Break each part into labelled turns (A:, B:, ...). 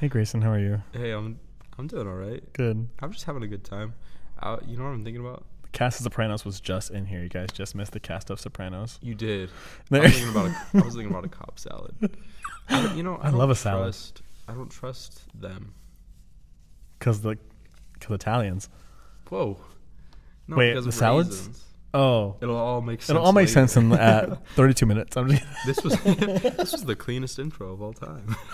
A: Hey Grayson, how are you?
B: Hey, I'm I'm doing all right.
A: Good.
B: I'm just having a good time. I, you know what I'm thinking about?
A: The cast of Sopranos was just in here. You guys just missed the cast of Sopranos.
B: You did. I
A: There-
B: was thinking about a, I was thinking about a cop salad. I, you know, I,
A: I
B: don't
A: love a
B: trust,
A: salad.
B: I don't trust them.
A: Cause the, cause Italians.
B: Whoa. No,
A: Wait,
B: because
A: the
B: of
A: salads?
B: raisins.
A: Oh,
B: It'll all make sense.
A: it'll all make
B: later.
A: sense in at 32 minutes. I'm just,
B: this was this was the cleanest intro of all time.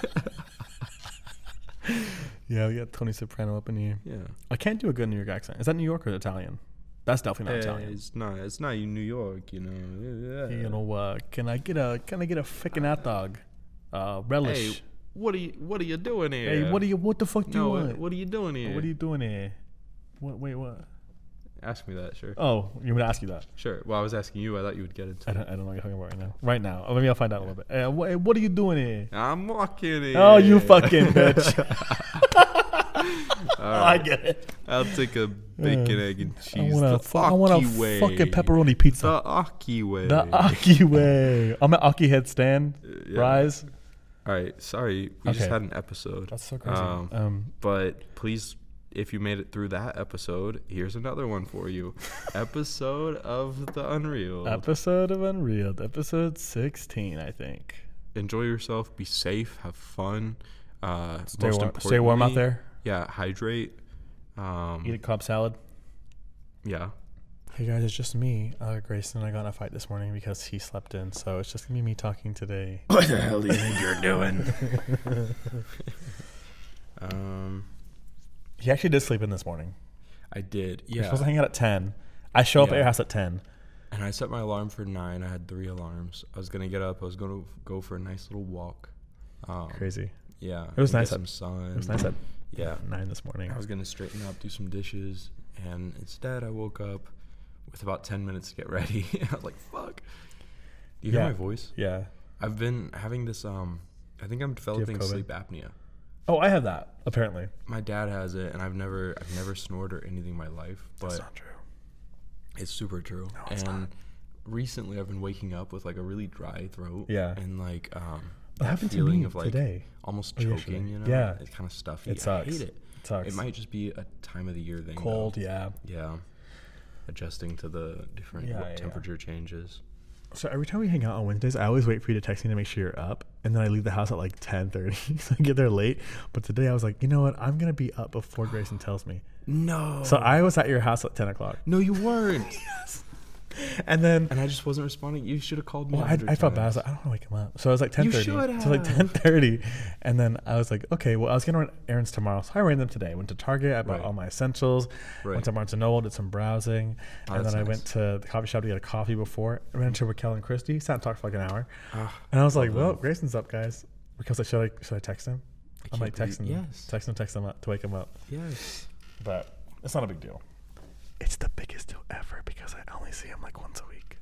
A: yeah, we got Tony Soprano up in here.
B: Yeah.
A: I can't do a good New York accent. Is that New York or Italian? That's definitely not
B: Hey,
A: Italian.
B: it's not it's not in New York, you know. Yeah.
A: You know, uh, can I get a can I get a fucking hot dog, uh, relish?
B: Hey, what are you what are you doing here?
A: Hey, what are you? What the fuck do
B: No,
A: you want?
B: what, what are you doing here?
A: What are you doing here? What? Wait, what?
B: Ask me that, sure.
A: Oh, you would ask you that.
B: Sure. Well, I was asking you. I thought you would get into
A: I
B: it.
A: don't, I don't know what you're talking about right now. Right now, or maybe I'll find out a little bit. Uh, wha- what are you doing here?
B: I'm walking in.
A: Oh, you fucking bitch!
B: All
A: I
B: right.
A: get it.
B: I'll take a bacon, egg, and cheese.
A: I want a,
B: the
A: fu- I want a
B: Aki way.
A: fucking pepperoni pizza.
B: The Aki way.
A: The Aki way. I'm at Aki Head Stand.
B: Uh, yeah.
A: Rise.
B: All right. Sorry. We just
A: Okay.
B: had an episode.
A: That's so crazy. Um,
B: Um, but please, if you made it through that episode, here's another one for you. episode of The Unreal.
A: episode of Unreal, episode 16, I think.
B: Enjoy yourself. Be safe. Have fun. Uh,
A: Stay,
B: most
A: warm, stay warm out
B: importantly,
A: there.
B: Yeah. Hydrate. Um,
A: Eat a cob salad.
B: yeah.
A: Hey guys, it's just me, uh, Grayson. and I got in a fight this morning because he slept in, so it's just gonna be me talking today.
B: What the hell do you think you're doing? um,
A: He actually did sleep in this morning.
B: I did.
A: We're
B: Yeah.
A: supposed to hang out at 10. I show up at
B: Yeah.
A: your house at 10.
B: And I set my alarm for nine. I had three alarms. I was gonna get up. I was gonna go for a nice little walk. Um,
A: Crazy.
B: Yeah. It
A: was nice
B: Get
A: up-
B: some sun.
A: It was nice at
B: Yeah.
A: 9 this morning.
B: I was gonna straighten up, do some dishes, and instead I woke up with about ten minutes to get ready. I was like, "Fuck." Do you
A: Yeah.
B: hear my voice?
A: Yeah.
B: I've been having this. Um, I think I'm developing
A: COVID?
B: sleep apnea.
A: Oh, I have that, apparently.
B: My dad has it, and I've never, I've never snored or anything in my life. But
A: That's not true.
B: It's super true.
A: it's
B: and recently I've been waking up with like a really dry throat.
A: Yeah.
B: And like um
A: That
B: that
A: happened to
B: feeling
A: me
B: of like
A: today.
B: almost
A: Or yesterday.
B: choking, you know?
A: Oh, Yeah.
B: It's kind of stuffy.
A: It
B: I
A: sucks.
B: hate it.
A: It sucks.
B: It might just be a time of the year thing. though.
A: Cold, yeah.
B: Yeah. Adjusting to the different
A: Yeah,
B: wa-
A: yeah.
B: temperature changes.
A: So every time we hang out on Wednesdays, I always wait for you to text me to make sure you're up, and then I leave the house at like 10:30, so I get there late. But today I was like, you know what? I'm gonna be up before Grayson tells me.
B: No.
A: So I was at your house at 10 o'clock,
B: no, you weren't.
A: and then
B: and I just wasn't responding. You should have called me.
A: well,
B: a
A: I,
B: hundred
A: I felt bad. I was
B: times.
A: like, I don't want to wake him up. So I was like 10:30.
B: should
A: So like
B: have.
A: 10:30, and then I was like, okay, well, I was gonna run errands tomorrow, so I ran them today. Went to Target. I bought
B: Right.
A: all my essentials.
B: Right.
A: Went to Barnes and Noble, did some browsing,
B: Oh,
A: and then
B: that's
A: I
B: nice.
A: went to the coffee shop to get a coffee before. I ran to Raquel and Christy, sat and talked for like an hour,
B: Ah,
A: and I was like,
B: lovely.
A: "Well, Grayson's up, guys," because I should I should I text him?
B: I
A: I'm like
B: can't
A: texting,
B: believe-
A: him,
B: yes.
A: text him, text him up to wake him up,
B: Yes.
A: but it's not a big deal. It's the biggest deal ever because I only see him like once a week.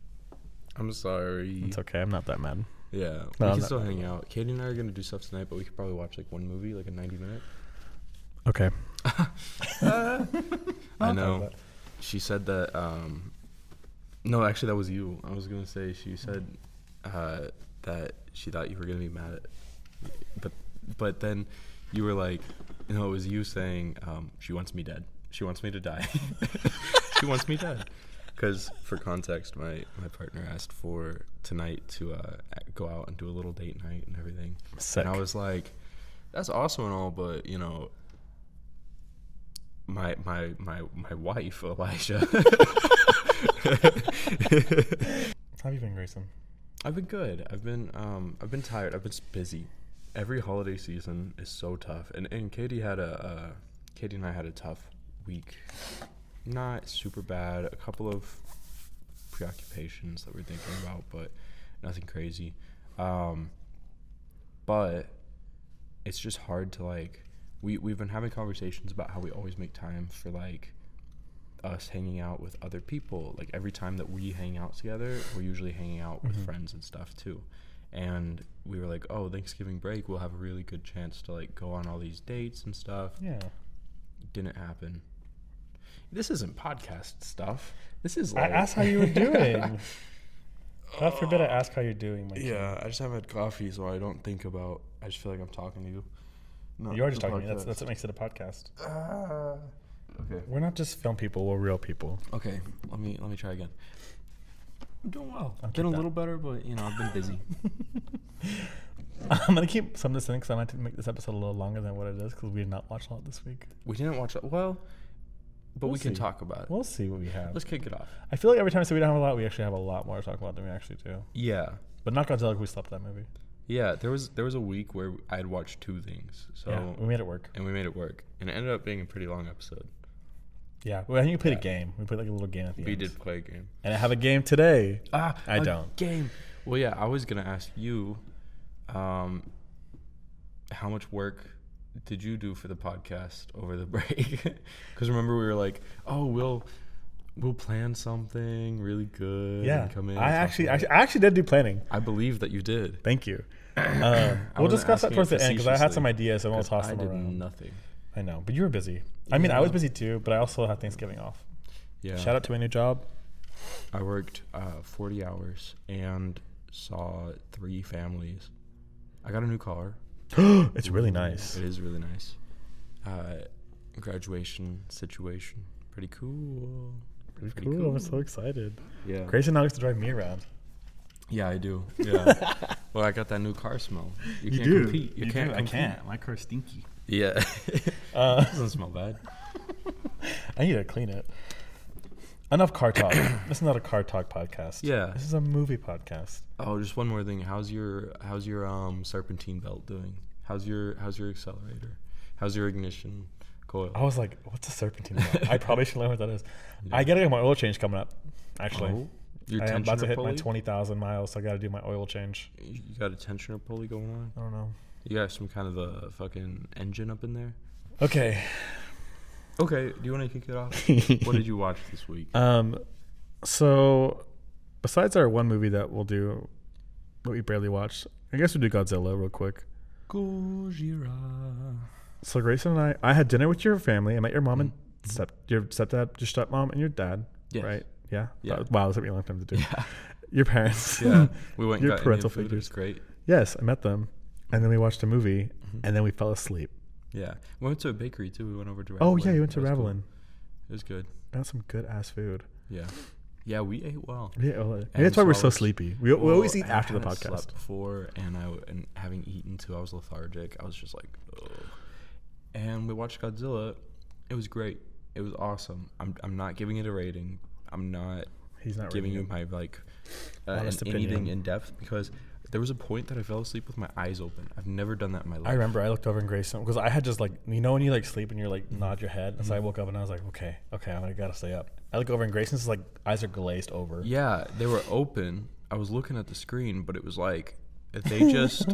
B: I'm sorry.
A: It's okay. I'm not that mad.
B: Yeah,
A: No,
B: we
A: I'm
B: can
A: not-
B: still hang out. Katie and I are gonna do stuff tonight, but we could probably watch like one movie, like a ninety minute.
A: Okay.
B: I
A: I'll talk
B: know.
A: about it.
B: She said that. Um, no, actually, that was you. I was gonna say she said uh, that she thought you were gonna be mad at, but but then you were like, no, it was you saying um, she wants me dead. She wants me to die. she wants me dead. Because for context, my my partner asked for tonight to uh, go out and do a little date night and everything.
A: Sick.
B: And I was like, that's awesome and all, but you know, my my my my wife Elijah.
A: How have you been, Grayson?
B: I've been good. I've been um I've been tired. I've been s- busy. Every holiday season is so tough, and and Katie had a uh, Katie and I had a tough week. Not super bad. A couple of preoccupations that we're thinking about, but nothing crazy. Um, but it's just hard to like. We we've been having conversations about how we always make time for like us hanging out with other people. Like every time that we hang out together, we're usually hanging out with friends and stuff too. And we were like, oh, Thanksgiving break, we'll have a really good chance to like go on all these dates and stuff.
A: Yeah.
B: Didn't happen. This isn't podcast stuff. This is
A: I
B: like
A: asked how you were doing. God forbid I ask how you're doing, my kid.
B: Yeah, I just haven't had coffee, so I don't think about. I just feel like I'm talking to you. No,
A: you are just
B: the
A: talking to me. That's,
B: podcast.
A: that's what makes it a podcast.
B: Ah. okay.
A: We're not just film people. We're real people.
B: Okay. Let me let me try again. I'm doing well.
A: I'll
B: I've
A: keep
B: been a
A: that.
B: little better, but you know I've been busy.
A: I'm gonna keep some of this in because I might have to make this episode a little longer than what it is because we did not watch a lot this week.
B: we didn't watch it. Well, but
A: We'll
B: we can
A: see.
B: talk about it.
A: We'll see what we have.
B: Let's kick it off.
A: I feel like every time I say we don't have a lot, we actually have a lot more to talk about than we actually do.
B: Yeah.
A: But not Godzilla. 'cause We slept that movie.
B: Yeah. There was there was a week where I had watched two things. So
A: yeah, we made it work.
B: and we made it work, and it ended up being a pretty long episode.
A: Yeah, well, I think we played
B: Yeah.
A: a game. We played like a little game at the
B: We
A: end.
B: did play a game.
A: and I have a game today.
B: Ah,
A: I
B: a
A: don't.
B: Game. Well, yeah, I was gonna ask you, um, how much work did you do for the podcast over the break? Because remember we were like, oh, we'll we'll plan something really good.
A: Yeah,
B: and come in.
A: I
B: and talk
A: actually,
B: about it."
A: actually, I actually did do planning.
B: I believe that you did.
A: Thank you. Um, we'll
B: wasn't
A: discuss that
B: asking
A: towards
B: it
A: the end because I had some
B: facetiously,
A: ideas and we'll
B: 'cause
A: toss
B: I
A: them
B: did
A: around.
B: nothing.
A: I know, but you were busy. I mean, I was
B: Yeah.
A: busy too, but I also had Thanksgiving off.
B: Yeah.
A: Shout out to my new job.
B: I worked uh, 40 hours and saw three families. I got a new car.
A: it's really nice.
B: It is really nice. Uh, graduation situation, pretty cool.
A: Pretty
B: Pretty
A: cool. I'm so excited.
B: Yeah.
A: Grayson now gets to drive me around.
B: Yeah, I do. Yeah. well, I got that new car smell. You, can't compete. You, can't. compete.
A: My car's stinky.
B: Yeah.
A: Uh,
B: doesn't smell bad.
A: I need to clean it. Enough car talk. this is not a car talk podcast.
B: Yeah.
A: This is a movie podcast.
B: Oh, just one more thing. How's your How's your um serpentine belt doing? How's your How's your accelerator? How's your ignition coil?
A: I was like, what's a serpentine? about? I probably should learn what that is. I gotta get my oil change coming up. Actually,
B: Oh, your
A: I am about to
B: tensioner
A: hit my
B: pulley?
A: twenty thousand miles, so I gotta do my oil change.
B: You got a tensioner pulley going on?
A: I don't know.
B: You got some kind of a fucking engine up in there?
A: Okay.
B: Okay, do you want to kick it off? what did you watch this week?
A: Um, so besides our one movie that we'll do that we barely watched, I guess we'll do Godzilla real quick.
B: Gojira.
A: So Grayson and I, I had dinner with your family. I met your mom and step, your stepdad, your stepmom, and your dad.
B: Mm-hmm. Yes.
A: Right? Yeah.
B: Yeah.
A: That- wow, that took me a long time to do.
B: Yeah.
A: Your parents.
B: Yeah. We went and
A: Your
B: got
A: parental
B: parental Indian food. It was
A: figures.
B: great.
A: yes, I met them, and then we watched a movie,
B: Mm-hmm.
A: and then we fell asleep.
B: Yeah. We went to a bakery too. We went over to Ravelin.
A: Oh yeah, you went to
B: That was cool.
A: Ravelin.
B: It was good.
A: Got some good ass food.
B: Yeah. Yeah, we ate well.
A: Yeah, well, maybe that's why we're so
B: solids.
A: sleepy. We, we
B: Well,
A: always eat
B: I
A: after the
B: kinda
A: podcast.
B: Slept before, and I w- and having eaten too, I was lethargic. I was just like, Ugh. and we watched Godzilla. It was great. It was awesome. I'm I'm not giving it a rating. I'm not
A: He's not
B: giving
A: reading
B: you
A: it.
B: my like uh, an-
A: Honest opinion.
B: anything in depth because there was a point that I fell asleep with my eyes open. I've never done that in my life.
A: I remember I looked over and Grayson because I had just like you know when you like sleep and you're like nod your head. And so I woke up and I was like, okay, okay, I'm gonna gotta stay up. I look over and Grayson's like eyes are glazed over.
B: Yeah, they were open. I was looking at the screen, but it was like they just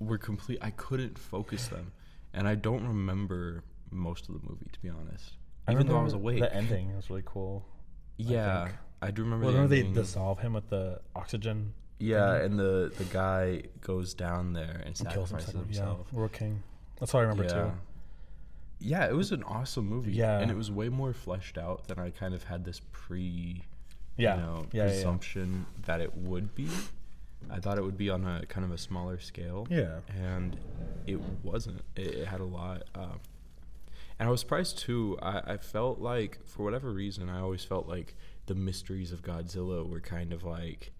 B: were complete. I couldn't focus them, and I don't remember most of the movie to be honest.
A: I
B: Even though I was
A: remember
B: awake.
A: The ending was really cool.
B: yeah,
A: think.
B: I, do remember.
A: Well,
B: the
A: remember they
B: ending.
A: dissolve him with the oxygen
B: yeah, and the the guy goes down there and
A: and kills
B: sacrifices
A: himself.
B: himself.
A: Yeah, World King. That's all I remember
B: yeah.
A: too.
B: Yeah, it was an awesome movie.
A: Yeah.
B: and it was way more fleshed out than I kind of had this pre
A: Yeah,
B: you know,
A: yeah, yeah, yeah.
B: presumption that it would be. I thought it would be on a kind of a smaller scale.
A: Yeah.
B: And it wasn't. It, it had a lot. Uh, and I was surprised too. I, I felt like, for whatever reason, I always felt like the mysteries of Godzilla were kind of like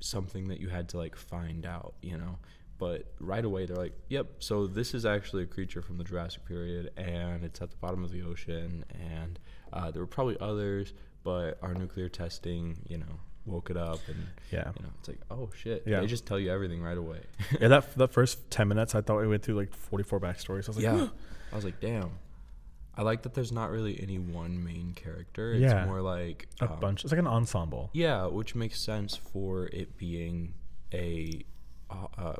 B: something that you had to like find out, you know? But right away, they're like, yep, so this is actually a creature from the Jurassic period, and it's at the bottom of the ocean, and uh, there were probably others, but our nuclear testing, you know, woke it up, and,
A: Yeah.
B: you know, it's like, oh shit.
A: Yeah.
B: They just tell you everything right away.
A: Yeah, that that first ten minutes, I thought we went through like forty four backstories. I was like,
B: yeah. I was like, damn. I like that there's not really any one main character. It's
A: Yeah.
B: more like
A: a
B: um,
A: bunch. It's like an ensemble.
B: Yeah, which makes sense for it being a uh, uh,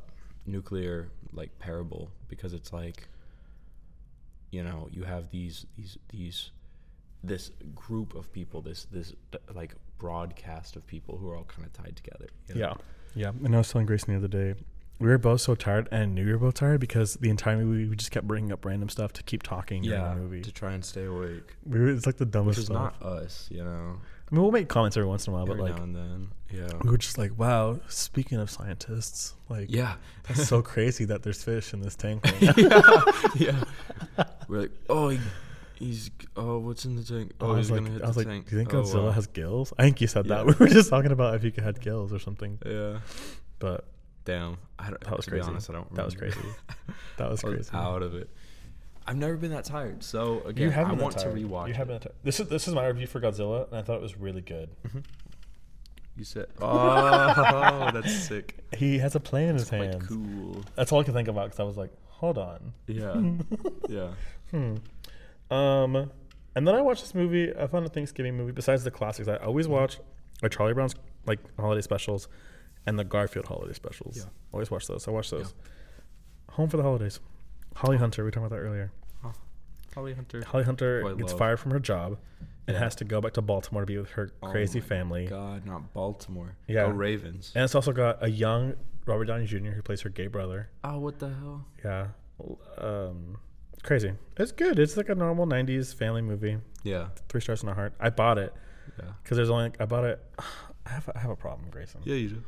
B: nuclear like parable because it's like you know you have these these these this group of people this this uh, like broadcast of people who are all kind of tied together. you know?
A: Yeah. Yeah. And I was telling Grayson the other day, we were both so tired and I knew we were both tired because the entire movie we just kept bringing up random stuff to keep talking during
B: yeah.
A: the movie.
B: To try and stay awake,
A: We were, it's like the
B: which
A: dumbest
B: is
A: stuff.
B: not us, you know.
A: I mean, we'll make comments every once in a while, but
B: every
A: like,
B: now and then.
C: We
B: Yeah.
C: were just like, wow. Speaking of scientists, like,
B: Yeah.
C: that's so crazy that there's fish in this tank. right now.
B: yeah. yeah. We're like, oh, he, he's oh, what's in the tank?
C: I
B: Oh,
C: was
B: he's
C: like,
B: gonna hit
C: I was
B: the
C: like,
B: tank.
C: do you think
B: oh,
C: Godzilla
B: wow."
C: has gills? I think you said that.
B: Yeah.
C: We were just talking about if he had gills or something.
B: Yeah.
C: But
B: Damn. I don't,
C: That was
B: to
C: crazy.
B: Be honest, I don't.
C: That was
B: remember.
C: crazy. that was
B: I was
C: crazy.
B: out of it. I've never been that tired. So again, I
A: been that
B: want to
A: tired.
B: rewatch.
A: You have
B: it.
A: been that tired. This is this is my review for Godzilla, and I thought it was really good.
B: You said, oh, that's sick.
C: He has a plane in his
B: Quite
C: hand.
B: cool.
A: That's all I could think about because I was like, hold on.
B: Yeah. yeah.
A: Um, and then I watched this movie. I found a Thanksgiving movie. Besides the classics, I always watch like Charlie Brown's like holiday specials, and the Garfield holiday specials.
B: Yeah.
A: Always watch those. I watch those. Home for the holidays. Holly Hunter. We talked about that earlier.
B: Holly Hunter.
A: Holly Hunter
B: Who I
A: gets
B: love.
A: fired from her job and
B: Yeah.
A: has to go back to Baltimore to be with her
B: Oh
A: crazy
B: my
A: family.
B: God, not Baltimore.
A: Yeah.
B: Go Ravens.
A: And it's also got a young Robert Downey Jr. who plays her gay brother.
B: oh, what the hell?
A: Yeah. Um, crazy. It's good. It's like a normal 90s family movie.
B: Yeah.
A: Three stars in a heart. I bought it
B: Yeah.
A: because there's only, I bought it. I have, I have a problem, Grayson.
B: Yeah, you do.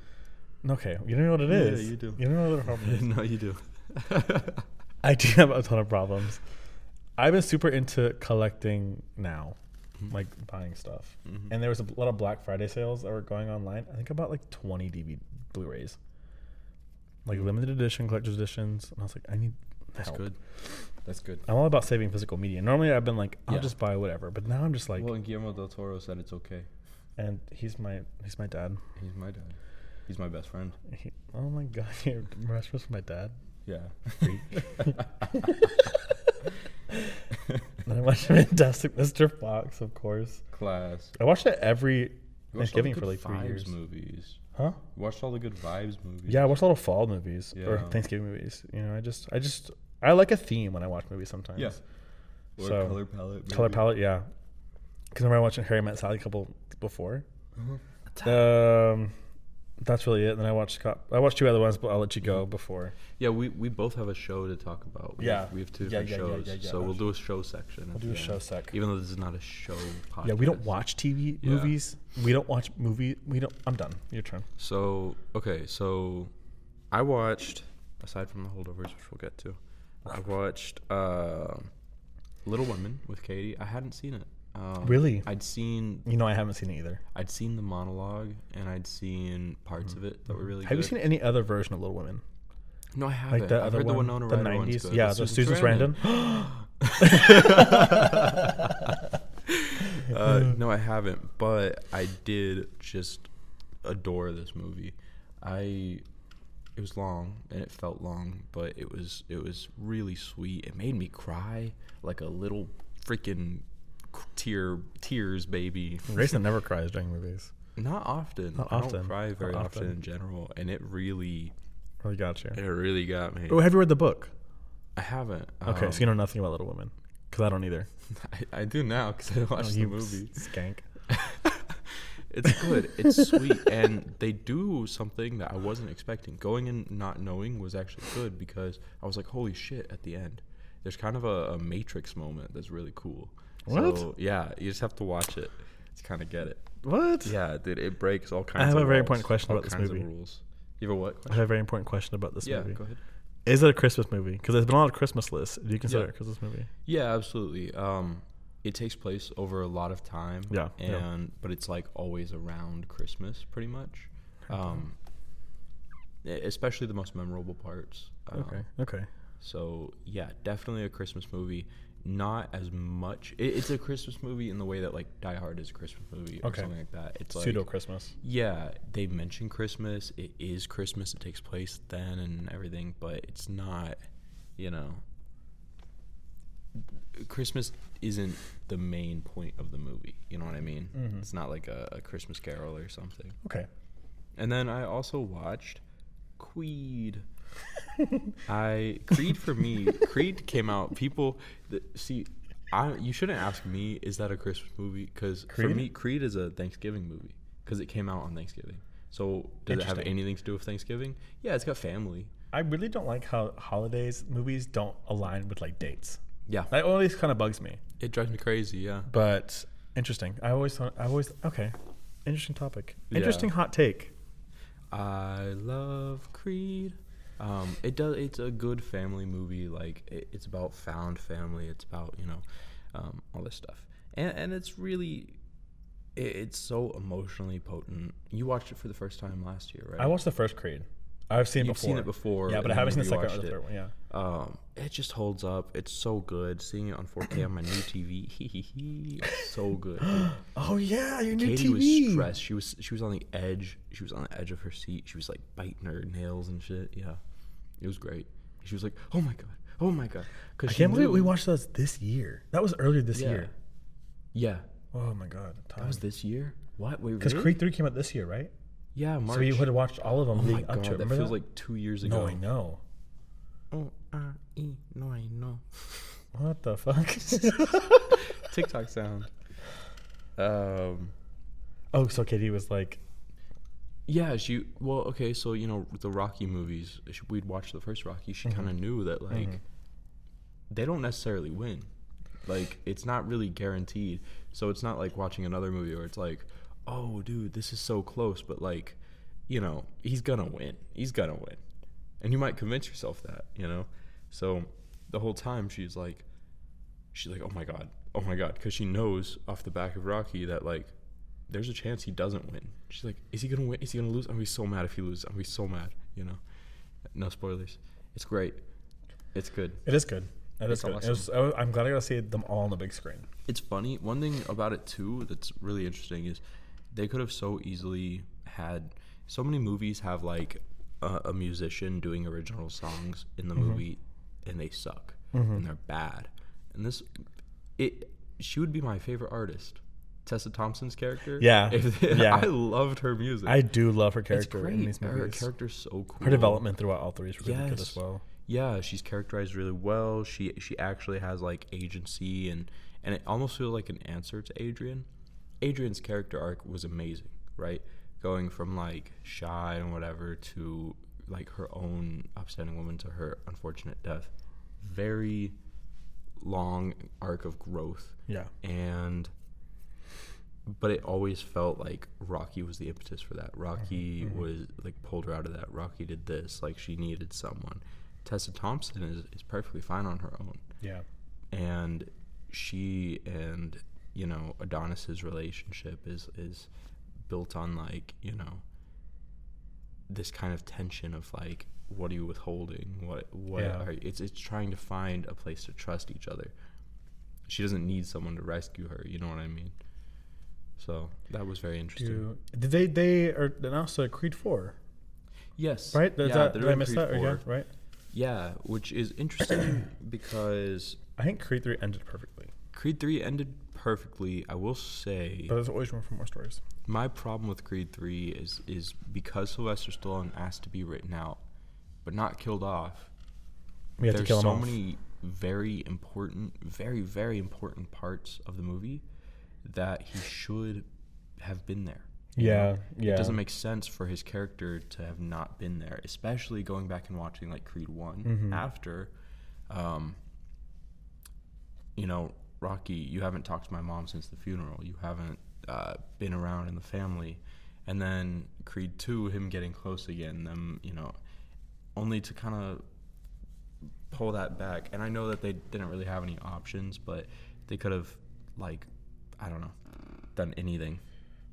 A: Okay. You don't know what it
B: Yeah,
A: is.
B: you do.
A: You don't know what the problem is.
B: no, you do.
A: I do have a ton of problems. I've been super into collecting now,
B: Mm-hmm.
A: like buying stuff. And there was a lot of Black Friday sales that were going online. I think about like 20 DVD Blu-rays, like limited edition collector's editions. And I was like, I need
B: Mm-hmm. That's
A: help.
B: good. That's good.
A: I'm all about saving physical media. Normally, I've been like, I'll
B: Yeah.
A: just buy whatever, but now I'm just like,
B: well, and Guillermo del Toro said it's okay.
A: and he's my he's my dad.
B: He's my dad. He's my best friend.
A: He, oh my god, you're restless for my dad.
B: Yeah.
A: And I watched Fantastic Mr. Fox, of course.
B: Class.
A: I watched it every
B: You watched all the
A: Thanksgiving for
B: good
A: like three
B: vibes
A: years.
B: Movies.
A: Huh?
B: You watched all the good vibes movies.
A: Yeah, I watch a lot of fall movies or
B: Yeah.
A: Thanksgiving movies. You know, I just, I just, I like a theme when I watch movies sometimes.
B: Yeah. Or
A: So,
B: color palette.
A: Color
B: maybe.
A: palette, yeah. Because I remember watching Harry Met Sally a couple before.
B: Uh-huh.
A: Um, that's really it. And then I watched Scott. I watched two other ones, but I'll let you
B: Mm-hmm.
A: go before.
B: Yeah, we, we both have a show to talk about. We
A: Yeah.
B: Have, we have two
A: Yeah,
B: different
A: yeah, yeah,
B: shows.
A: yeah, yeah.
B: So we'll do a show section. We'll
A: do a show sec.
B: Even though this is not a show podcast.
A: Yeah, we don't watch TV
B: Yeah.
A: movies. We don't watch movie. We don't. I'm done. Your turn.
B: So, okay, so I watched, aside from the holdovers, which we'll get to, I watched uh, Little Women with Katie. I hadn't seen it. Um,
A: Really?
B: I'd seen
A: You know, I haven't seen it either.
B: I'd seen the monologue and I'd seen parts of it that were really
A: Mm-hmm. Have you
B: good.
A: seen any other version of Little Women?
B: No, I haven't.
A: Like the
B: I've
A: other
B: heard
A: one,
B: the Winona
A: the
B: Ryder one's good.
A: Yeah, the Susan Sarandon.
B: Uh,
A: Mm-hmm.
B: no, I haven't. But I did just adore this movie. I it was long and it felt long, but it was it was really sweet. It made me cry like a little freaking c- tear tears baby.
A: Grayson never cries during movies.
B: Not often.
A: Not
B: I don't
A: often.
B: cry
A: Not
B: very often.
A: often.
B: in general, and it really
A: Really Oh, got you.
B: it really got me.
A: Oh, have you read the book?
B: I haven't.
A: Okay,
B: um,
A: so you know nothing about Little Women because I don't either.
B: I, I do now because I watched
A: Oh,
B: the
A: you
B: movie.
A: s- skank.
B: It's good. It's sweet, and they do something that I wasn't expecting. Going in not knowing was actually good because I was like, "Holy shit!" At the end, there's kind of a, a Matrix moment that's really cool.
A: What?
B: So, yeah, you just have to watch it to kind of get it.
A: What?
B: Yeah, dude, it breaks all kinds.
A: have
B: of
A: a very
B: rules,
A: important question
B: all
A: about this
B: kinds
A: movie.
B: Of rules. You have a what?
A: I have a very important question about this
B: Yeah,
A: movie.
B: go ahead.
A: Is it a Christmas movie? Because there's been a lot of Christmas lists. Do you consider
B: Yeah.
A: it a Christmas movie?
B: Yeah, absolutely. Um, it takes place over a lot of time.
A: Yeah,
B: and
A: yeah.
B: but it's like always around Christmas, pretty much. Um, e- especially the most memorable parts. Um,
A: Okay. Okay.
B: So yeah, definitely a Christmas movie. Not as much. It, it's a Christmas movie in the way that like Die Hard is a Christmas movie or
A: Okay.
B: something like that. It's like
A: Pseudo Christmas.
B: yeah, they mention Christmas. It is Christmas. It takes place then and everything, but it's not, you know. Christmas isn't the main point of the movie. You know what I mean? It's not like a, a Christmas Carol or something.
A: Okay.
B: And then I also watched Creed. I Creed for me, Creed came out. People th- see, I you shouldn't ask me is that a Christmas movie because for
A: Creed?
B: me Creed is a Thanksgiving movie because it came out on Thanksgiving. So does it have
A: Interesting.
B: anything to do with Thanksgiving? Yeah, it's got family.
A: I really don't like how holidays movies don't align with like dates.
B: Yeah,
A: That always kind of bugs me.
B: it drives me crazy. Yeah,
A: But Interesting. I always thought. I always okay. Interesting topic.
B: Yeah.
A: Interesting hot take.
B: I love Creed. Um, it does. It's a good family movie. Like it, it's about found family. It's about you know, um, all this stuff. And and it's really, it, it's so emotionally potent. You watched it for the first time last year, right?
A: I watched the first Creed. I've seen it
B: You've
A: before.
B: seen it before.
A: Yeah, but
B: and
A: I haven't seen
B: then
A: the second or
B: rewatched
A: the
B: it.
A: third one. Yeah.
B: Um, it just holds up. It's so good. Seeing it on 4K on my new TV, hee hee hee, it's so good. dude.
A: Oh yeah, your new
B: Katie
A: TV.
B: was stressed. She was she was on the edge. She was on the edge of her seat. She was like biting her nails and shit. Yeah, it was great. She was like, "Oh my god, oh my god." Cause
A: I can't believe we watched those this year. That was earlier this
B: Yeah.
A: year.
B: Yeah,
A: Oh my god,
B: that was this year. What? Wait,
A: Because
B: really?
A: Creed Three came out this year, right?
B: Yeah, March.
A: So you would have watched all of them
B: oh my
A: leading
B: god,
A: up to it.
B: that
A: Remember
B: feels
A: that?
B: like two years ago.
A: no, I know.
B: Oh, uh, e, no, I know.
A: What the fuck?
B: TikTok sound. Um.
A: oh, so Katie was like,
B: Yeah, she. Well, okay, so you know the Rocky movies. sh- We'd watch the first Rocky. She kind of knew that like they don't necessarily win. Like it's not really guaranteed. So it's not like watching another movie where it's like, oh, dude, this is so close, but like, you know, he's gonna win. He's gonna win, and you might convince yourself that, you know. So the whole time she's like, she's like, oh my god, oh my god, because she knows off the back of Rocky that like there's a chance he doesn't win. She's like, is he gonna win? Is he gonna lose? I'm gonna be so mad if he loses. I'm gonna be so mad. You know, no spoilers. It's great. It's good.
A: "It is good. It
B: It's
A: is good. It was, I was- I'm glad I got to see them all on the big screen."
B: It's funny. One thing about it too that's really interesting is they could have so easily had so many movies have like a, a musician doing original songs in the
A: Mm-hmm.
B: movie and they suck and they're bad. And this, it she would be my favorite artist. Tessa Thompson's character.
A: Yeah.
B: If
A: Yeah.
B: I loved her music.
A: I do love her
B: It's
A: character in these
B: great. Her
A: movies. Her,
B: character's so cool.
A: development throughout all three is really good as
B: Yes.
A: well.
B: Yeah, she's characterized really well. She she actually has like agency and and it almost feels like an answer to Adrian. Adrian's character arc was amazing, right? Going from like shy and whatever to like her own upstanding woman to her unfortunate death. Very long arc of growth
A: Yeah.
B: and but it always felt like Rocky was the impetus for that. Rocky was like pulled her out of that. Rocky did this, like she needed someone. Tessa Thompson is, is perfectly fine on her own.
A: Yeah.
B: And she and, you know, Adonis's relationship is is built on like, you know, this kind of tension of like what are you withholding? What what
A: Yeah.
B: are you, it's it's trying to find a place to trust each other she doesn't need someone to rescue her. You know what I mean? So that was very interesting.
A: Do, did they they are announced a Creed Four,
B: Yes.
A: right? Did,
B: yeah,
A: that,
B: they're
A: did I
B: doing
A: miss
B: Creed
A: that? Or yeah,
B: four.
A: right.
B: Yeah, which is interesting because
A: I think Creed Three ended perfectly,
B: Creed Three ended perfectly. I will say
A: but there's always room for more stories.
B: my problem with Creed Three is is because Sylvester Stallone asked to be written out, but not killed off.
A: We have to
B: there's
A: kill them
B: so
A: off.
B: many very important, very very important parts of the movie that he should have been there. you know?
A: Yeah, yeah.
B: It doesn't make sense for his character to have not been there, especially going back and watching like Creed one after. Um, you know, Rocky, you haven't talked to my mom since the funeral. You haven't uh, been around in the family, and then Creed two, him getting close again. Them, you know, only to kind of pull that back. And I know that they didn't really have any options, but they could have like, I don't know, done anything.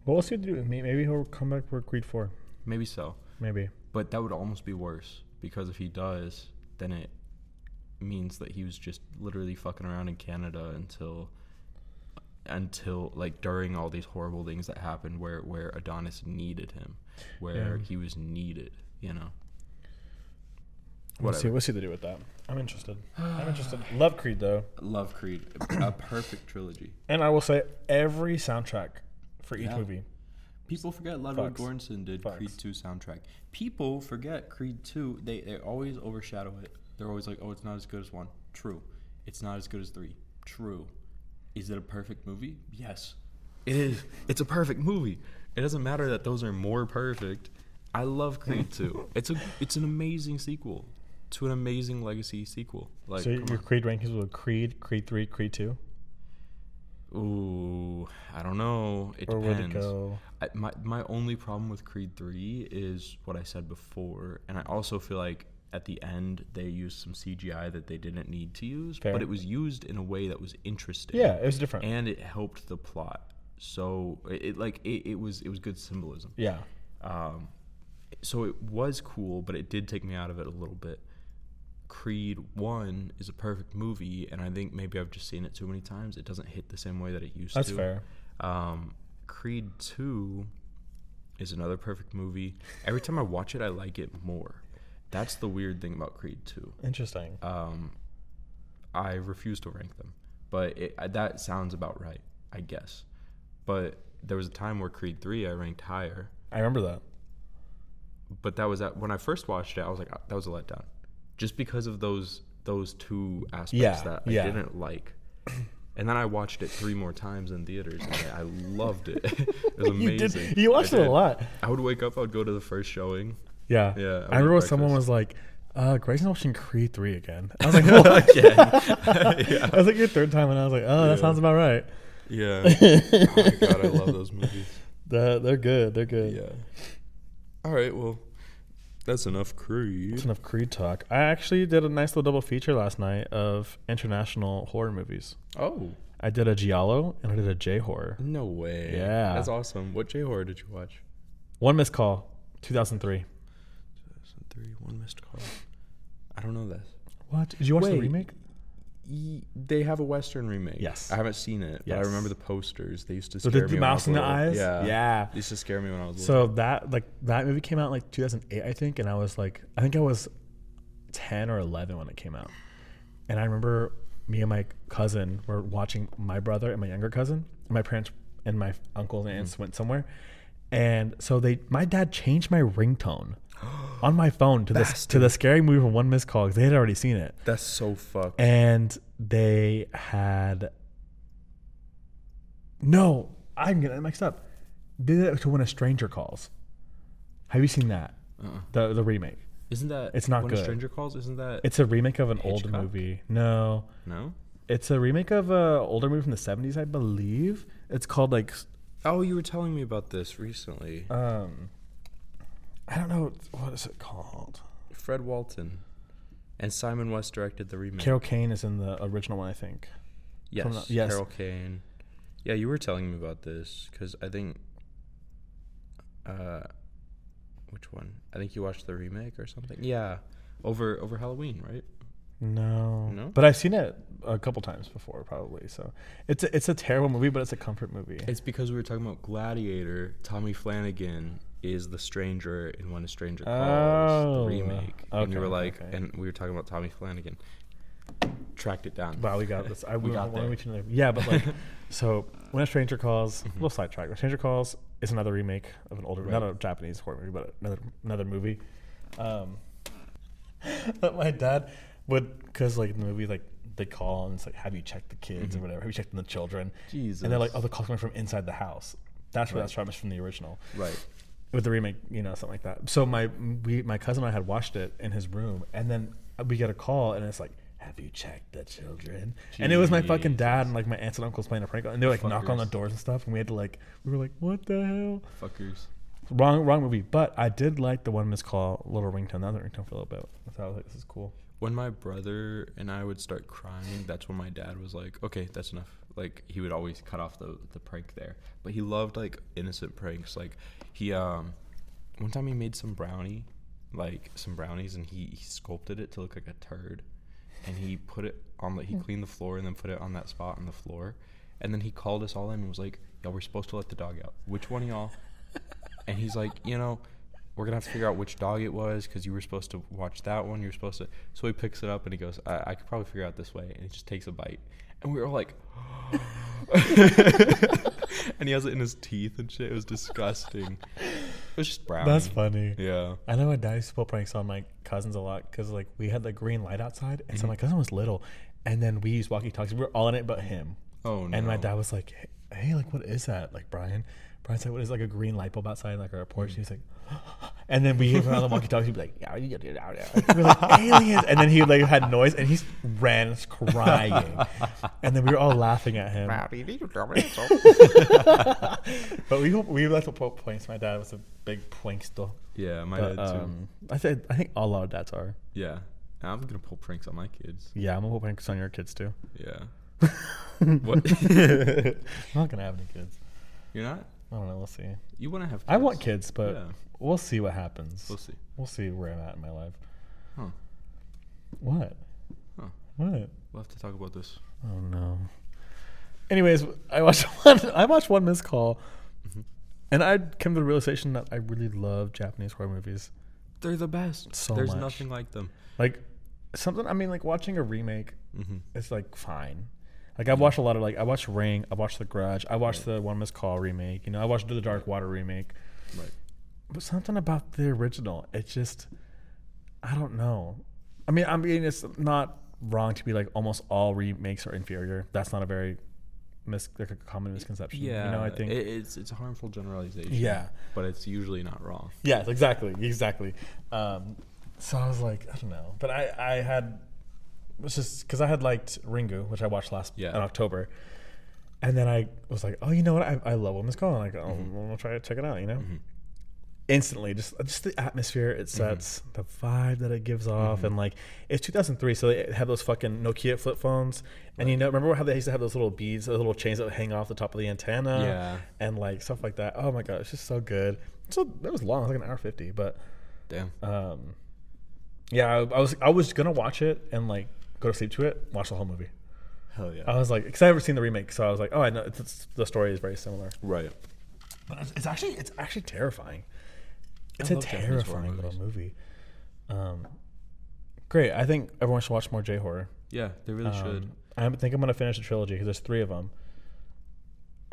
A: Well, let's see what they do with me. Maybe he'll come back for Creed Four.
B: Maybe so.
A: Maybe.
B: But that would almost be worse because if he does, then it means that he was just literally fucking around in Canada until until like during all these horrible things that happened where where Adonis needed him, where
A: Yeah.
B: he was needed, you know.
A: We'll see.
B: Whatever.
A: We'll see what they do with that. I'm interested. I'm interested. Love Creed though,
B: Love Creed, a perfect trilogy.
A: and I will say every soundtrack for each
B: Yeah.
A: movie.
B: People forget Ludwig
A: Facts.
B: Göransson did
A: Facts.
B: Creed 2 soundtrack. People forget Creed 2. They they always overshadow it. They're always like, "Oh, it's not as good as 1." True. It's not as good as 3. True. Is it a perfect movie? Yes. It is. It's a perfect movie. It doesn't matter that those are more perfect. I love Creed 2. It's a it's an amazing sequel to an amazing legacy sequel. Like
A: So
B: come
A: your
B: on.
A: Creed rankings were Creed, Creed Three, Creed Two.
B: Ooh, I don't know. It
D: or where to
B: depends.
D: go?
B: I, my my only problem with Creed three is what I said before, and I also feel like at the end they used some CGI that they didn't need to use,
D: Fair.
B: but it was used in a way that was interesting.
D: Yeah, it was different.
B: and it helped the plot. So it, it like it, it was it was good symbolism.
D: yeah,
B: Um, so it was cool, but it did take me out of it a little bit. Creed One is a perfect movie, and I think maybe I've just seen it too many times. It doesn't hit the same way that it used
D: that's
B: to.
D: fair.
B: Um, Creed 2 is another perfect movie. Every time I watch it, I like it more. That's the weird thing about Creed 2.
D: Interesting.
B: Um, I refuse to rank them, but it, I- that sounds about right, I guess. But there was a time where Creed 3 I ranked higher,
D: I remember that.
B: but that was at, when I first watched it, I was like, "Ah, that was a letdown. Just because of those those two aspects
D: Yeah,
B: that I
D: yeah.
B: didn't like. And then I watched it three more times in theaters, and I, I loved it. it was
D: You
B: amazing.
D: did. You
B: I
D: watched it
B: did.
D: a lot.
B: I would wake up. I would go to the first showing.
D: Yeah.
B: Yeah,
A: I
B: I would
A: remember when
B: eat
A: someone was
B: breakfast.
A: like, uh, Grayson's watching Creed 3 again. I was like, what?
B: yeah,
A: I was like, your third time, and I was like, oh, that
B: Yeah.
A: sounds about right.
B: yeah. oh my god, I love those movies.
D: They're, they're good. They're good.
B: Yeah. All right. Well, that's enough Creed.
D: That's enough Creed talk. I actually did a nice little double feature last night of international horror movies.
B: Oh
D: I did a Giallo and I did a J horror.
B: no way.
D: Yeah.
B: that's awesome. What J horror did you watch?
D: One missed call, 2003.
B: Episode three, one missed call. I don't know this.
A: What? Did you watch the
B: Wait.
A: remake?
B: Ye- They have a Western remake.
D: Yes.
B: I haven't seen it, but I
D: Yes.
B: remember the posters. They used to
D: So
B: scare
D: did
B: me.
D: the
B: when I
D: mouse
B: was
D: in the
B: little.
D: eyes?
B: Yeah.
D: Yeah.
B: They used to scare me when I was little.
A: So that like that movie came out in, like 2008, I think, and I was like, I think I was 10 or 11 when it came out, and I remember me and my cousin were watching my brother and my younger cousin, and my parents and my uncles and
B: Mm-hmm.
A: aunts went somewhere, and so they, my dad changed my ringtone on my phone to this to the scary movie from One Missed Call because they had already seen it,
B: That's so fucked.
A: and they had no i'm getting that mixed up did it to when a stranger calls have you seen that
B: Uh-uh.
A: the, the remake
B: Isn't that
A: It's not
B: when a
A: good.
B: stranger calls? Isn't that
A: it's a remake of an old
B: Hitchcock?
A: movie no
B: no?
A: it's a remake of a older movie from the 70s i believe it's called like s-
B: Oh, you were telling me about this recently.
A: um i don't know what is it called
B: Fred Walton and Simon West directed the remake.
A: carol kane is in the original one i think
B: yes,
A: from the- yes.
B: Carol Kane. Yeah, you were telling me about this because I think. Uh, which one? I think you watched the remake or something. Yeah, over over Halloween, right?
A: No.
B: No?
A: But I've seen it a couple times before, probably. So it's a, it's a terrible movie, but it's a comfort movie.
B: It's because we were talking about Gladiator. Tommy Flanagan is the stranger in When a Stranger Calls,
A: Oh,
B: the remake. and
A: okay,
B: you were
A: okay,
B: like,
A: okay.
B: and we were talking about Tommy Flanagan. Tracked it down.
A: wow, we got this. I
B: We
A: we
B: got
A: got
B: there.
A: another. Yeah, but like, so when a stranger calls,
B: Mm-hmm.
A: we'll sidetrack. When a stranger calls is another remake of an older, not a Japanese horror movie, but another another movie. Um, but my dad would, because like in the movie, like they call and it's like, have you checked the kids
B: Mm-hmm.
A: or whatever? Have you checked on the children?
B: Jesus.
A: And they're like, oh, the call's coming from inside the house. That's where that's from. It's from the original.
B: Right.
A: with the remake, you know, something like that. So my we, my cousin and I had watched it in his room, and then we get a call, and it's like, "Have you checked the children?" And it was my fucking dad and like my aunts and uncles playing a prank, on- and they were like knock on the
B: Fuckers.
A: doors and stuff, and we had to like we were like, "What the hell?"
B: Fuckers.
A: Wrong wrong movie, but I did like the one missed call little ringtone, the other ringtone for a little bit. So I was like, "This is cool."
B: When my brother and I would start crying, that's when my dad was like, "Okay, that's enough." Like he would always cut off the the prank there, but he loved like innocent pranks. Like he um, one time he made some brownie, like some brownies, and he, he sculpted it to look like a turd, and he put it on the he cleaned the floor and then put it on that spot on the floor, and then he called us all in and was like, "Yo, we're supposed to let the dog out. Which one of y'all?" And he's like, you know, we're gonna have to figure out which dog it was because you were supposed to watch that one. You're supposed to. So he picks it up and he goes, I, I could probably figure out this way, and he just takes a bite. And we were all like, and he has it in his teeth and shit. It was disgusting. It was just brown.
A: That's funny.
B: Yeah.
A: I know my dad used to pull pranks on my cousins a lot because like we had the green light outside, and
B: Mm-hmm.
A: so my cousin was little, and then we used walkie talkies. We were all in it but him.
B: Oh no.
A: And my dad was like, "Hey, like, what is that?" Like Brian, Brian said, "What is like a green light bulb outside, like our porch?" He was like, and then we hear from the walkie-talkie, he'd be like, "Yeah, yeah, yeah, yeah." We're like aliens, and then he like had noise, and he ran crying, and then we were all laughing at him. But we we left with points. My dad was a big prankster.
B: Yeah, my
A: But,
B: dad too.
A: um, I think I think a lot of dads are.
B: yeah, I'm gonna pull pranks on my kids.
A: Yeah, I'm gonna put pranks on your kids too.
B: Yeah. what?
A: I'm not gonna have any kids.
B: You're not?
A: I don't know. We'll see.
B: You want to have? Kids.
A: I want kids, but
B: Yeah.
A: we'll see what happens.
B: We'll see.
A: We'll see where I'm at in my life.
B: Huh.
A: What?
B: Huh.
A: What?
B: We'll have to talk about this.
A: Oh no. Anyways, I watched one. I watched one missed call,
B: Mm-hmm.
A: and I came to the realization that I really love Japanese horror movies.
B: They're the best.
A: So
B: There's
A: much.
B: nothing like them.
A: Like something. I mean, like watching a remake
B: Mm-hmm.
A: is like fine. Like I've watched a lot of like I watched Ring, I watched The Grudge, I watched the One Missed Call remake. You know, I watched the Dark Water remake.
B: Right.
A: But something about the original, it just, I don't know. I mean, I mean, it's not wrong to be like almost all remakes are inferior. That's not a very mis- like a common misconception.
B: Yeah.
A: you know, I think.
B: it, it's it's a harmful generalization.
A: yeah,
B: But it's usually not wrong.
A: yes, exactly, exactly. Um, so I was like, I don't know, but I I had it was just because I had liked Ringu, which I watched last
B: Yeah.
A: in October, and then I was like, oh, you know what, I, I love what Miss Calling. Like, oh,
B: Mm-hmm.
A: I'll try to check it out. You know, instantly, just just the atmosphere it sets, the vibe that it gives off, and like it's 2003, so they had those fucking Nokia flip phones, and you know, remember how they used to have those little beads, those little chains that would hang off the top of the antenna,
B: Yeah.
A: and like stuff like that. Oh my god, it's just so good. So that was long, it was like an hour fifty, but
B: Damn.
A: um, yeah, I, I was I was gonna watch it and like go to sleep to it, watch the whole movie.
B: Hell yeah.
A: I was like, because I haven't seen the remake, so I was like, oh, I know it's, it's, the story is very similar.
B: right.
A: But it's, it's actually it's actually terrifying. It's
B: I
A: a
B: love Japanese horror
A: terrifying little movie. Um, great. I think everyone should watch more J horror.
B: Yeah, they really
A: Um,
B: should.
A: I think I'm gonna finish the trilogy because there's three of them.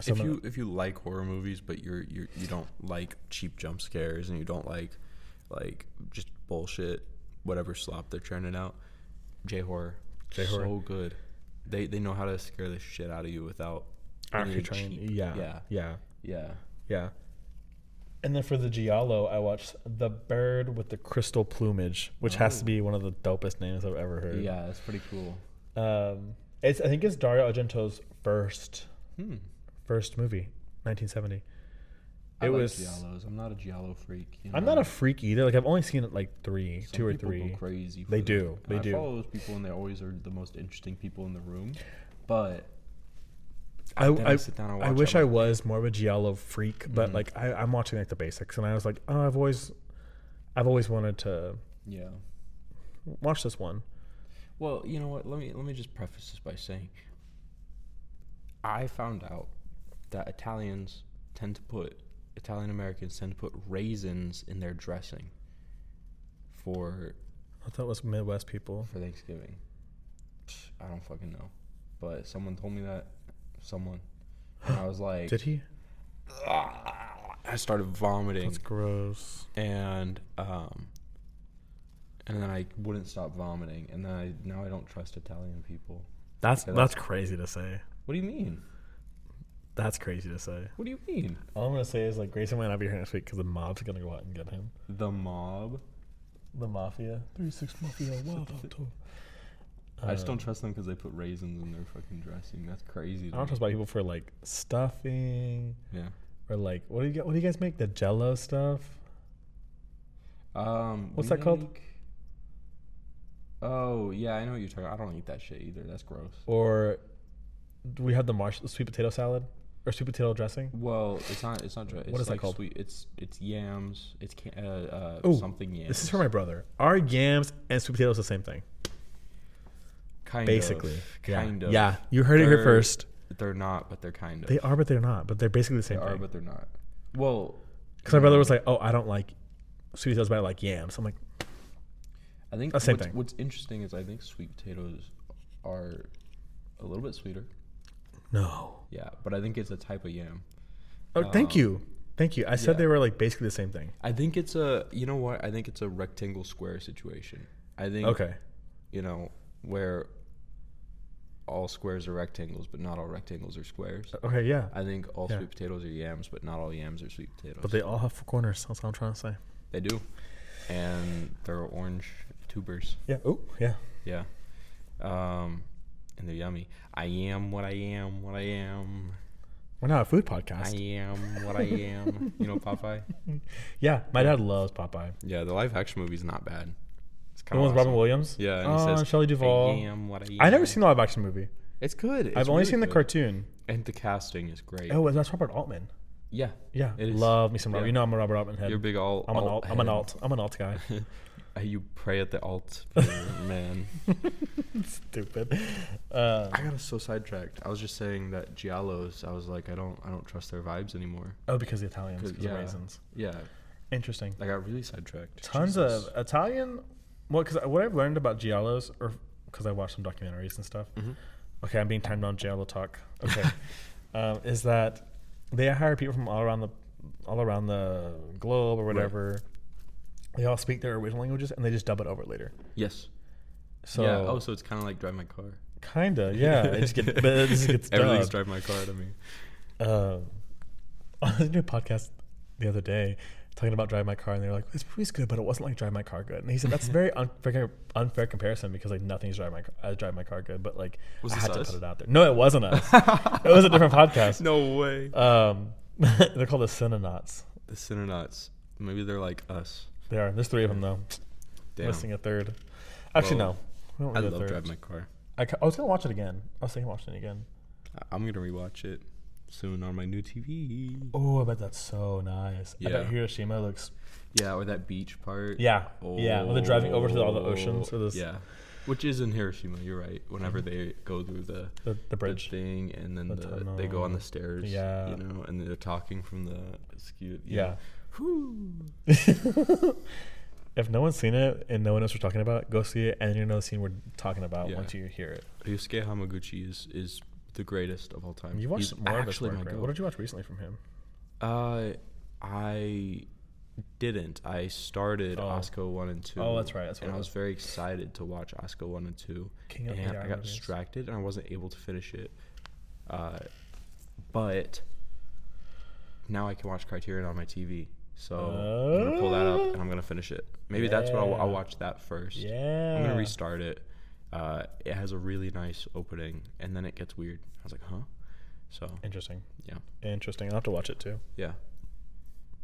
A: So
B: if
A: I'm gonna-
B: you if you like horror movies but you're you you don't like cheap jump scares and you don't like like just bullshit whatever slop they're churning out j horror j
A: J-horror.
B: horror so good they they know how to scare the shit out of you without any
A: actually trying,
B: cheap-
A: yeah,
B: yeah
A: yeah,
B: yeah
A: yeah. And then for the Giallo, I watched The Bird with the Crystal Plumage, which has to be one of the dopest names I've ever heard.
B: Oh. yeah that's pretty cool
A: Um, it's I think it's Dario Argento's first
B: hmm
A: first movie, 1970. It
B: I like
A: was.
B: giallos i'm not a giallo freak you
A: I'm
B: know?
A: not a freak either. Like I've only seen it like three,
B: Some
A: two or
B: people go
A: three.
B: crazy for
A: They
B: them.
A: do,
B: And
A: they
B: I
A: do.
B: follow those people and they always are the most interesting people in the room but
A: I,
B: then I
A: I,
B: sit down and
A: I
B: watch,
A: wish
B: I'm
A: I
B: like-
A: was more of a giallo freak, but like I, I'm watching like the basics, and I was like, oh, I've always, I've always wanted to
B: yeah
A: watch this one.
B: Well, you know what? Let me let me just preface this by saying I found out that Italians tend to put Italian Americans tend to put raisins in their dressing for
A: I thought it was Midwest people.
B: for Thanksgiving. Psh, I don't fucking know, but someone told me that someone and I was like
A: Did he?
B: I started vomiting
A: That's gross.
B: and um and then I wouldn't stop vomiting and then I now I don't trust Italian people.
A: That's
B: Yeah,
A: that's crazy to say.
B: What do you mean?
A: That's crazy to say.
B: What do you mean?
A: All I'm gonna say is like Grayson might not be here next week because the mob's gonna go out and get him.
B: The mob
A: The mafia, three six mafia, wild tour.
B: I just don't trust them because they put raisins in their fucking dressing. That's
A: Uh.
B: crazy.
A: I
B: To
A: don't
B: me.
A: trust white people for like stuffing
B: Yeah.
A: or like what do you gu- what do you guys make the Jello stuff?
B: Um.
A: What's
B: we
A: that called?
B: make- Oh yeah, I know what you're talking. I don't eat that shit either. That's gross.
A: Or do we have the marsh sweet potato salad or sweet potato dressing?
B: Well, it's not. It's not. Dry. It's
A: is that
B: like
A: called?
B: Sweet. It's it's yams. It's can, uh, uh
A: Ooh,
B: something yams.
A: This is for my brother. Are yams and sweet potatoes the same thing?
B: kind
A: Basically,
B: Of,
A: yeah.
B: kind of.
A: Yeah, you heard it here
B: They're-
A: first.
B: They're not, but they're kind of.
A: They are, but they're not. But they're basically the
B: They
A: same
B: are,
A: thing.
B: but they're not. Well,
A: Because my brother was like, "Oh, I don't like sweet potatoes, but I like yams." I'm like,
B: I think
A: That's the Oh, same
B: what's,
A: thing.
B: what's interesting is I think sweet potatoes are a little bit sweeter.
A: "No."
B: Yeah, but I think it's a type of yam.
A: Oh, thank you, thank you. I said
B: yeah.
A: they were like basically the same thing.
B: I think it's a you know what I think it's a rectangle square situation. I think
A: Okay.
B: you know where all squares are rectangles, but not all rectangles are squares.
A: Okay, yeah.
B: I think all
A: Yeah.
B: sweet potatoes are yams, but not all yams are sweet potatoes.
A: But they all have four corners. That's what I'm trying to say.
B: They do. And they're orange tubers.
A: Yeah. Oh, yeah.
B: Yeah. Um, and they're yummy. I am what I am, what I am.
A: We're not a food
B: I
A: podcast.
B: am what I am. You know Popeye?
A: yeah, my dad loves Popeye.
B: Yeah, the live action movie's not bad. It's
A: The
B: kind
A: one with Robin Williams.
B: Yeah, and
A: Oh,
B: it says
A: Shelley Duvall.
B: I am what I am.
A: I never seen the live action movie.
B: It's good. It's
A: I've only
B: really
A: seen the
B: good.
A: cartoon.
B: And the casting is great.
A: Oh, that's Robert Altman.
B: Yeah.
A: Yeah,
B: It is.
A: love me some Robert.
B: Yeah.
A: You know I'm a Robert Altman head.
B: You're a big alt.
A: I'm an alt.
B: alt
A: I'm an
B: head.
A: alt. I'm an alt guy.
B: Uh, You pray at the alt for man.
A: Stupid. Uh,
B: I got so sidetracked. I was just saying that Giallos. I was like, I don't, I don't trust their vibes anymore.
A: oh, because the Italians, because
B: yeah.
A: of raisins.
B: Yeah,
A: Interesting.
B: I got really sidetracked.
A: Tons
B: Jesus.
A: of Italian. Well, because what I've learned about giallos, or because I watched some documentaries and stuff.
B: Mm-hmm.
A: Okay, I'm being timed on giallo talk. Okay, um, is that they hire people from all around the all around the globe or whatever. They all speak their original languages and they just dub it over later.
B: yes.
A: So
B: yeah. Oh, so it's kind of like drive my car.
A: kinda, yeah. It just, get, but it just gets
B: Everything's
A: dubbed.
B: drive my car to me.
A: uh, I listened to a podcast the other day talking about Drive My Car, and they were like, "This movie's good, but it wasn't like Drive My Car good." And he said, "That's a very unfair, unfair comparison because like nothing's Drive My Car, uh, Drive My Car good, but like
B: Was
A: I
B: this
A: had
B: us?
A: to put it out there. No, it wasn't us. it was a different podcast.
B: No way.
A: Um, they're called the Cinenauts.
B: The Cinenauts. Maybe they're like us.
A: They are. There's three of them though.
B: Damn.
A: Missing a third. Actually, no.
B: Well,
A: We
B: I
A: don't need a
B: love
A: third.
B: drive my car.
A: I, ca- I was gonna watch it again. I was thinking of watching it again.
B: I- I'm gonna rewatch it soon on my new TV.
A: Oh, I bet that's so nice. I
B: Yeah.
A: bet Hiroshima looks.
B: Yeah, or that beach part.
A: Yeah, yeah. When they're driving over to all the oceans, or this,
B: Yeah, which is in Hiroshima. You're right. Whenever they go through the
A: the, the bridge.
B: the thing, and then
A: The
B: the they go on
A: tunnel.
B: the stairs.
A: Yeah.
B: you know, and they're talking from the skewed.
A: Yeah.
B: Whew.
A: If no one's seen it and no one knows we're talking about, go see it and you know the scene we're talking about
B: Yeah.
A: once you hear it.
B: Ryusuke Hamaguchi is is the greatest of all time.
A: You watched
B: He's
A: more of his
B: actually
A: work,
B: my
A: right?
B: goat.
A: What did you watch recently from him?
B: Uh, I didn't. I started
A: Oh.
B: Oscar one and two.
A: Oh, that's right, that's what
B: and
A: it
B: I was
A: was.
B: very excited to watch Oscar one and two,
A: King of
B: and
A: the
B: I got
A: Islands.
B: distracted and I wasn't able to finish it. Uh, but now I can watch Criterion on my TV, so I'm gonna pull that up and I'm gonna finish it. Maybe that's what I'll, I'll
A: Yeah.
B: watch that first.
A: Yeah.
B: I'm gonna restart it. Uh, it has a really nice opening, and then it gets weird. I was like, huh? So
A: Interesting.
B: yeah.
A: Interesting. I'll have to watch it too.
B: Yeah.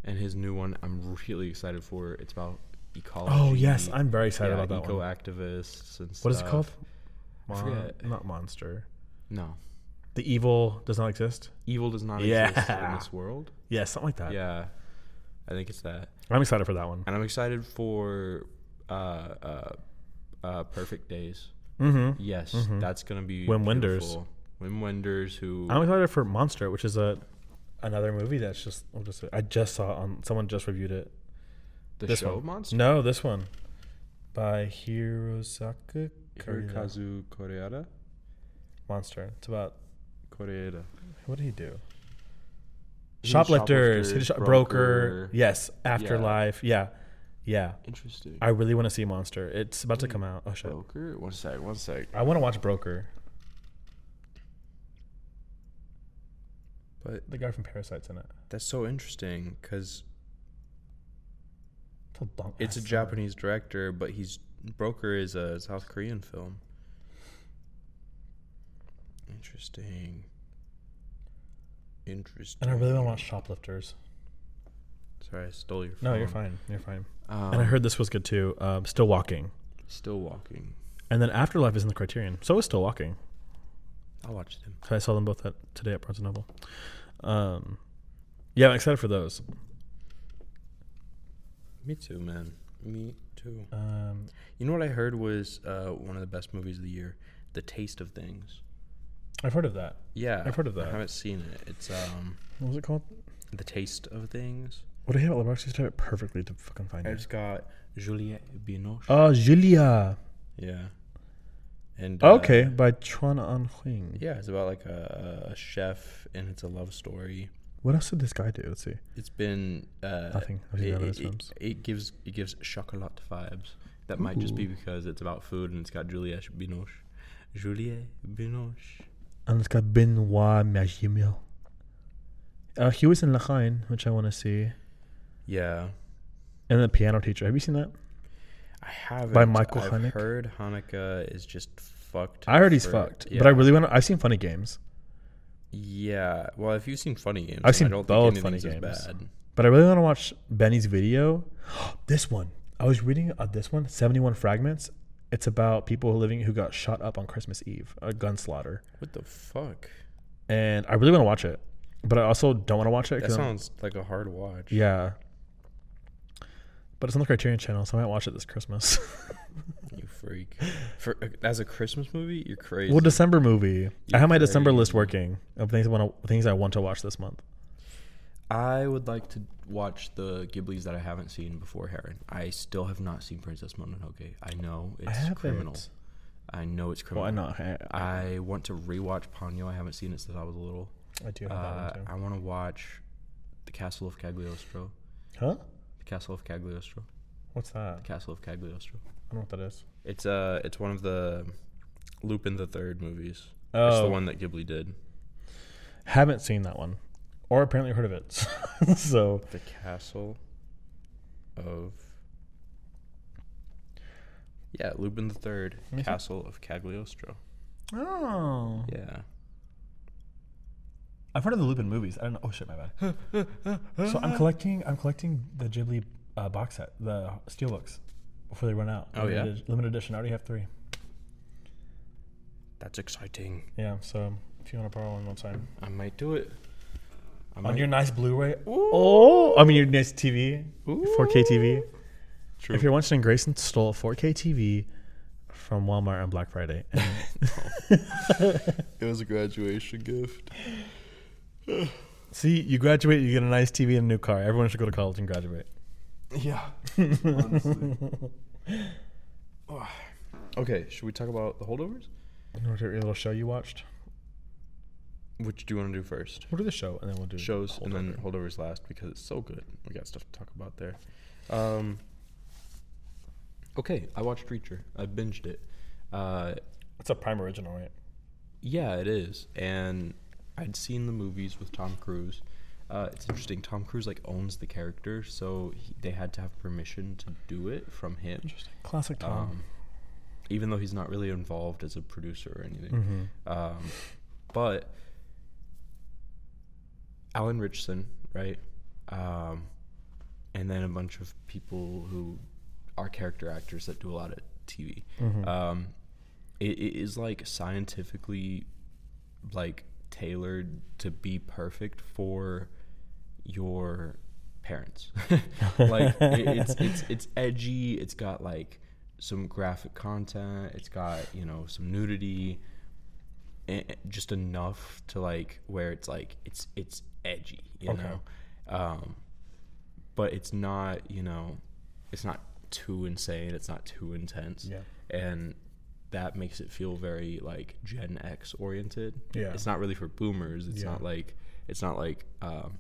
B: And his new one, I'm really excited for. It's about ecology.
A: Oh, yes. I'm very excited
B: yeah,
A: about that
B: eco
A: one.
B: activists and
A: What is it called?
B: I
A: Mon-
B: forget.
A: not Monster.
B: No,
A: The Evil Does Not Exist?
B: evil does not exist in
A: Yeah.
B: this world.
A: Yeah, something like that.
B: Yeah, I think it's that.
A: I'm excited for that one.
B: And I'm excited for uh, uh, uh, Perfect Days.
A: Mm-hmm.
B: Yes, that's gonna be
A: Wim Wenders.
B: beautiful. Wim Wenders, who
A: I'm excited for Monster, which is a another movie that's just, I'll just I just saw on someone just reviewed it.
B: the
A: this
B: show
A: one.
B: monster,
A: No, this one by Hirosaka Kurita.
B: Hirokazu Koreeda.
A: Monster. It's about
B: Koreeda.
A: what did he do?
B: He was
A: Shoplifters, he did shop- broker.
B: broker.
A: Yes, afterlife. Yeah. yeah,
B: Interesting.
A: I really want to see Monster. It's about to come out. Oh shit!
B: broker. One sec. One sec.
A: I want to watch Broker.
B: But
A: The guy from Parasite's in it.
B: That's so interesting because
A: It's a, long
B: it's a
A: ass-
B: Japanese director, but he's Broker is a South Korean film. Interesting. Interesting.
A: And I really want to watch Shoplifters.
B: Sorry, I stole your. Phone.
A: No, you're fine. You're fine.
B: Um,
A: and I heard this was good too. Um, Still Walking.
B: Still walking.
A: And then Afterlife is in the Criterion. So is Still Walking.
B: I'll watch them.
A: 'Cause I saw them both at, today at Barnes & Noble. Um, yeah, I'm excited for those.
B: Me too, man. Me too.
A: Um,
B: You know what I heard was uh, one of the best movies of the year, The Taste of Things.
A: I've heard of that.
B: Yeah,
A: I've heard of
B: I
A: that.
B: haven't seen it. It's um,
A: What was it called?
B: The Taste of Things.
A: What do you have at Letterboxd? You type it perfectly to fucking find it.
B: It's got Juliette Binoche.
A: Oh, Julia.
B: Yeah. And
A: Oh,
B: uh,
A: okay, by Chuan An Huing.
B: yeah, it's about like a, a chef, and it's a love story.
A: What else did this guy do? Let's see.
B: It's been uh,
A: Nothing. I've seen
B: it,
A: none of
B: it-
A: his
B: it-
A: films.
B: it gives it gives chocolate vibes. That might just be because it's about food and it's got Juliette Binoche. Juliet Binoche.
A: And it's got Benoit Magimel. Uh, he was in Lachain, which I want to see.
B: Yeah,
A: And The Piano Teacher. Have you seen that?
B: I haven't.
A: Michael
B: I've
A: Haneke?
B: heard Hanukkah is just fucked.
A: I heard he's
B: for-
A: fucked.
B: Yeah.
A: But I really want to. I've seen Funny Games.
B: Yeah. Well, if you've seen Funny Games,
A: I've
B: then
A: seen
B: I don't
A: both
B: think
A: Funny
B: anything's
A: Games.
B: as bad.
A: But I really want to watch Benny's video. this one. I was reading uh, this one, 71 Fragments. It's about people who living who got shot up on Christmas Eve, a gun slaughter.
B: What the fuck?
A: And I really want to watch it. But I also don't want to watch it.
B: That
A: 'cause I'm-
B: sounds like a hard watch.
A: yeah. But it's on the Criterion channel, so I might watch it this Christmas.
B: You freak. For uh, as a Christmas movie, you're crazy.
A: well, December movie. I
B: You're
A: have my December
B: crazy.
A: list working of things I want to, things I want to watch this month.
B: I would like to watch the Ghiblis that I haven't seen before Heron. I still have not seen Princess Mononoke. I know it's
A: haven't.
B: criminal. I know it's
A: Well,
B: criminal.
A: I know I, I,
B: I want to rewatch Ponyo. I haven't seen it since I was little.
A: I do have
B: Uh,
A: that one too.
B: I want to watch The Castle of Cagliostro.
A: Huh?
B: The Castle of Cagliostro.
A: What's that?
B: The Castle of Cagliostro.
A: I don't know what that is.
B: It's uh, it's one of the Lupin the Third movies. It's the
A: Oh,
B: one that Ghibli did.
A: haven't seen that one, or apparently heard of it. so
B: The Castle of yeah, Lupin the Third,
A: me see.
B: Castle of Cagliostro.
A: Oh,
B: Yeah,
A: I've heard of the Lupin movies. I don't know. Oh shit, my bad. so I'm collecting. I'm collecting the Ghibli uh, box set, the steelbooks, before they run out.
B: Oh, yeah?
A: Limited- limited edition. I already have three.
B: that's exciting.
A: Yeah. So if you want to borrow one one time
B: I might do it. I
A: on
B: might.
A: your nice Blu-ray. Oh, I mean your nice TV, 4K TV.
B: True.
A: If you're watching, Grayson stole a 4K TV from Walmart on Black Friday. And
B: it was a graduation gift.
A: See, you graduate, you get a nice TV and a new car. Everyone should go to college and graduate.
B: Yeah. Honestly. okay, should we talk about the holdovers?
A: What a little show you watched?
B: Which do you want to do first?
A: What are the show? And then we'll do
B: shows and then holdovers last because it's so good. We got stuff to talk about there. Um, okay, I watched Reacher. I binged it. Uh,
A: It's a Prime original, right?
B: yeah, it is. And I'd seen the movies with Tom Cruise. Uh, it's interesting. Tom Cruise like owns the character, so he, they had to have permission to do it from him.
A: Classic Tom.
B: Um, even though he's not really involved as a producer or anything. Um, but Alan Richson, right? Um, and then a bunch of people who are character actors that do a lot of TV. Um, it, it is like scientifically like tailored to be perfect for your parents. like it, it's it's it's edgy. It's got like some graphic content. It's got you know some nudity, and just enough to like where it's like it's it's edgy. You
A: Okay.
B: know, um, but it's not you know, it's not too insane. It's not too intense.
A: Yeah.
B: and that makes it feel very like Gen X oriented.
A: Yeah.
B: It's not really for boomers. It's
A: Yeah.
B: not like it's not like um,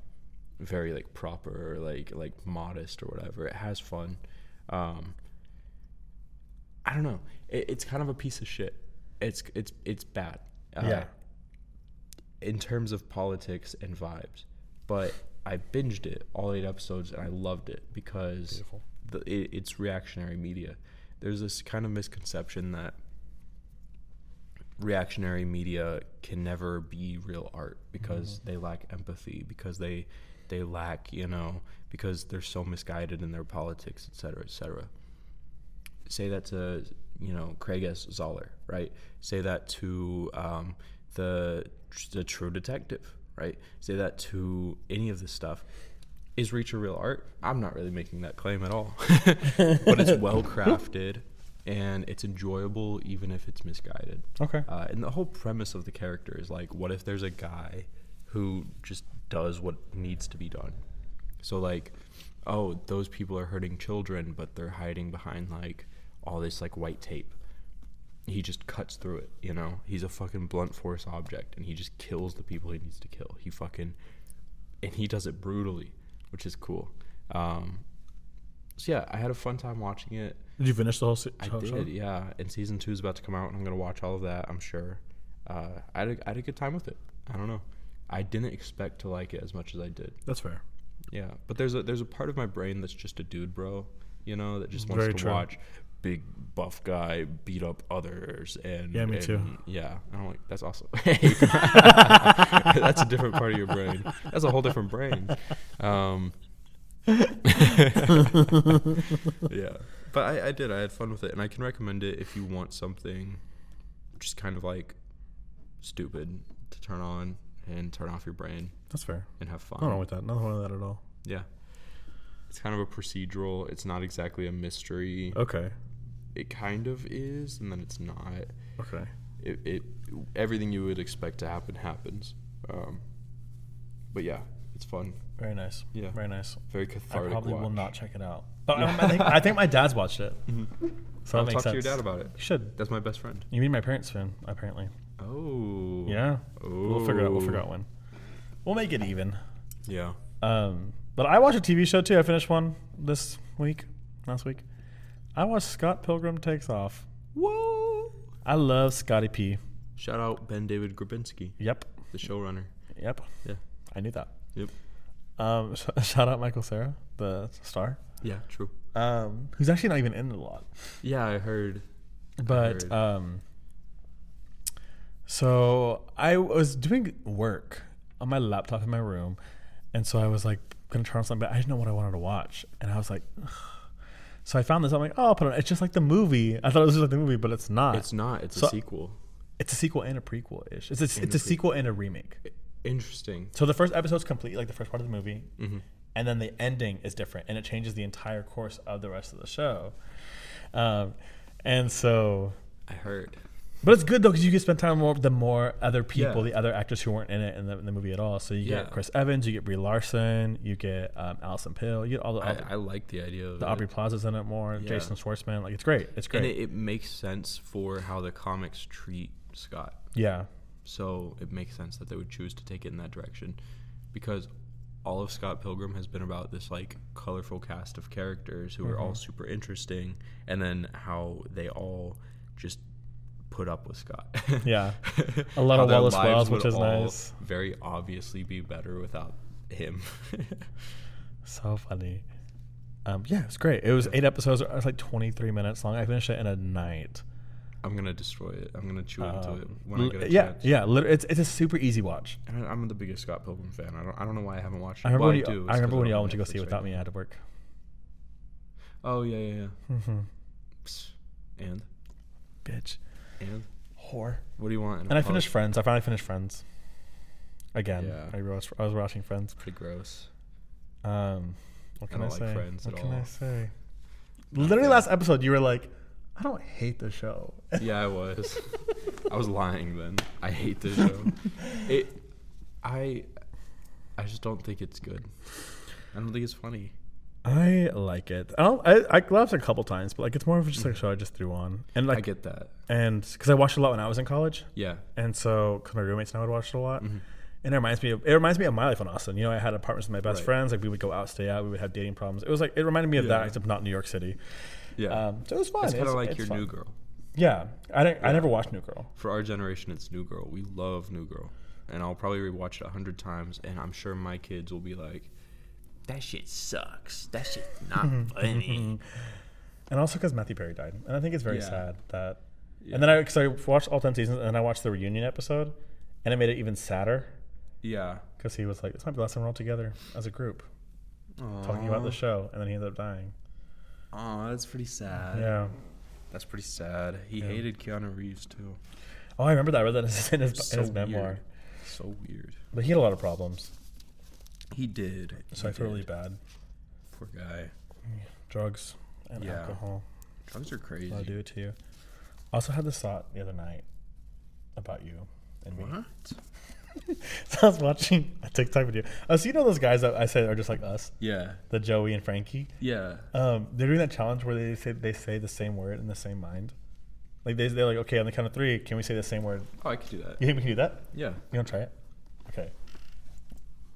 B: very like proper or like like modest or whatever. It has fun. Um, I don't know. It, it's kind of a piece of shit. It's it's it's bad. Uh,
A: yeah.
B: In terms of politics and vibes, but I binged it all eight episodes and I loved it because
A: Beautiful.
B: the, it, it's reactionary media. There's this kind of misconception that reactionary media can never be real art because they lack empathy because they they lack you know because they're so misguided in their politics et cetera, et cetera. say that to you know Craig S Zoller right say that to um, the the true detective right say that to any of this stuff is Reacher real art? I'm not really making that claim at all. but it's well crafted and it's enjoyable even if it's misguided.
A: Okay.
B: Uh, and the whole premise of the character is like, what if there's a guy who just does what needs to be done? So, like, oh, those people are hurting children, but they're hiding behind like all this like white tape. He just cuts through it, you know? He's a fucking blunt force object and he just kills the people he needs to kill. He fucking and he does it brutally, which is cool. Um, so yeah, I had a fun time watching it.
A: Did you finish the whole, se-
B: I
A: whole
B: did,
A: show?
B: yeah. And season two is about to come out, and I'm gonna watch all of that. I'm sure. Uh, I had a, I had a good time with it. I don't know. I didn't expect to like it as much as I did.
A: That's fair.
B: Yeah, but there's a there's a part of my brain that's just a dude, bro. You know, that just wants
A: Very
B: to
A: true.
B: watch big buff guy beat up others and
A: Yeah, me
B: and-
A: too.
B: Yeah, and I'm like, that's awesome. that's a different part of your brain. That's a whole different brain. Um, yeah, but I, I did. I had fun with it, and I can recommend it if you want something just kind of like stupid to turn on and turn off your brain
A: That's fair.
B: and have fun.
A: I don't know with that. Nothing wrong with that at all.
B: Yeah. It's kind of a procedural. It's not exactly a mystery.
A: Okay.
B: It kind of is, and then it's not.
A: Okay.
B: It, it everything you would expect to happen happens. Um, but yeah, it's fun.
A: Very nice.
B: Yeah.
A: Very nice.
B: Very cathartic.
A: I probably will
B: watch.
A: not check it out. But I, I, think, I think my dad's watched it. So that
B: Mm-hmm. I'll
A: makes
B: talk
A: sense.
B: to your dad about it.
A: You should.
B: That's my best friend.
A: You mean my parents soon, apparently.
B: Oh.
A: Yeah.
B: Oh.
A: We'll figure out. We'll figure out when. We'll make it even.
B: Yeah.
A: Um, but I watched a TV show too. I finished one this week, last week. I watched Scott Pilgrim Takes Off.
B: Whoa.
A: I love Scotty P.
B: Shout out Ben David Grabinski,
A: Yep.
B: the showrunner.
A: Yep.
B: Yeah.
A: I knew that.
B: Yep.
A: Um, sh- shout out Michael Sarah, the star,
B: Yeah. True.
A: um, who's actually not even in the lot.
B: Yeah, I heard.
A: But
B: Heard.
A: um, so I was doing work on my laptop in my room, and so I was like gonna turn on something, but I didn't know what I wanted to watch, and I was like, "Ugh." so I found this. I'm like, oh, I'll put it. on." It's just like the movie. I thought it was just like the movie, but it's not.
B: It's not. It's
A: So-
B: a sequel.
A: It's a sequel and a prequel ish. It's a, it's
B: a
A: a sequel and a remake.
B: Interesting.
A: So the first episode's complete, like the first part of the movie,
B: Mhm.
A: and then the ending is different, and it changes the entire course of the rest of the show. Um, and so,
B: I heard.
A: but it's good though because you can spend time more with the more other people,
B: Yeah.
A: the other actors who weren't in it in the, in the movie at all. So you
B: Yeah.
A: get Chris Evans, you get Brie Larson, you get um, Allison Pill, you get all the, all the,
B: I, I like the idea of
A: Oh. the
B: it.
A: Aubrey Plaza's in it more, Jason Schwartzman. Like it's great, it's great.
B: and it, it makes sense for how the comics treat Scott.
A: yeah,
B: So it makes sense that they would choose to take it in that direction, because all of Scott Pilgrim has been about this like colorful cast of characters who are all
A: Mm-hmm.
B: super interesting, and then how they all just put up with Scott.
A: yeah. A lot
B: How
A: of
B: their
A: Wallace
B: lives
A: Wells,
B: would
A: which is
B: all
A: nice.
B: Very obviously, be better without him.
A: So funny. Um, yeah, it's great. It was eight episodes. It was like 23 minutes long. I finished it in a night.
B: I'm gonna destroy it. I'm gonna chew into it when I
A: L-
B: get a
A: Um, yeah,
B: chance.
A: yeah. lit- It's, it's a super easy watch.
B: I- I'm the biggest Scott Pilgrim fan. I don't. I don't know why I haven't watched it.
A: I remember
B: well,
A: when you,
B: I, do.
A: I
B: It's 'cause
A: remember when
B: I'm
A: y'all
B: on
A: went to go
B: Netflix
A: see it
B: right
A: without
B: now.
A: me. I had to work.
B: Oh yeah, yeah, yeah.
A: Mm-hmm.
B: Psst. And
A: Bitch,
B: and
A: whore.
B: what do you want? in a
A: And I
B: pub?
A: finished Friends. I finally finished Friends. Again,
B: Yeah.
A: I, was, I was watching Friends.
B: Oh, Pretty gross.
A: Um, what
B: I
A: can I,
B: don't like
A: say?
B: Friends
A: what
B: at
A: can I
B: all.
A: say? Literally last episode, you were like, "I don't hate the show."
B: Yeah, I was. I was lying then. I hate this show. It. I. I just don't think it's good. I don't think it's funny.
A: I like it. I don't. I, I laughed a couple times, but like it's more of just like a show Mm-hmm. I just threw on, and like
B: I get that.
A: and because I watched a lot when I was in college,
B: Yeah.
A: and so because my roommates and I would watch it a lot, and it reminds me of it reminds me of my life in Austin. You know, I had apartments with my best
B: Right.
A: friends. Like we would go out, stay out. We would have dating problems. It was like it reminded me of
B: Yeah.
A: that, except not New York City.
B: Yeah.
A: Um, so it was fun.
B: it's kind of like
A: it's
B: your
A: fun.
B: New Girl.
A: Yeah, I didn't, I never watched New Girl.
B: For our generation, it's New Girl. We love New Girl, and I'll probably rewatch it a hundred times. And I'm sure my kids will be like, "That shit sucks. That shit not funny."
A: And also because Matthew Perry died, and I think it's very
B: Yeah.
A: sad that.
B: Yeah.
A: And then I because I watched all ten seasons, and then I watched the reunion episode, and it made it even sadder
B: yeah.
A: because he was like, "This might be the last time we're all together as a group talking about the show," and then he ended up dying.
B: Oh, that's pretty sad.
A: yeah.
B: That's pretty sad. He hated Keanu Reeves too.
A: Oh, I remember that. I read that in his, in his
B: So
A: memoir.
B: weird. So weird.
A: But he had a lot of problems,
B: He did.
A: so I feel really bad.
B: Poor guy.
A: Drugs and
B: Yeah.
A: alcohol
B: Drugs are crazy.
A: will do it to you. Also had this thought the other night about you and me.
B: What?
A: So I was watching a TikTok video. Oh, so you know those guys that I said are just like us,
B: Yeah.
A: the Joey and Frankie.
B: Yeah.
A: Um, they're doing that challenge where they say they say the same word in the same mind. Like they, they're like, okay, on the count of three, can we say the same word?
B: Oh, I could do that.
A: You think we can do that?
B: Yeah.
A: You want to try it? Okay.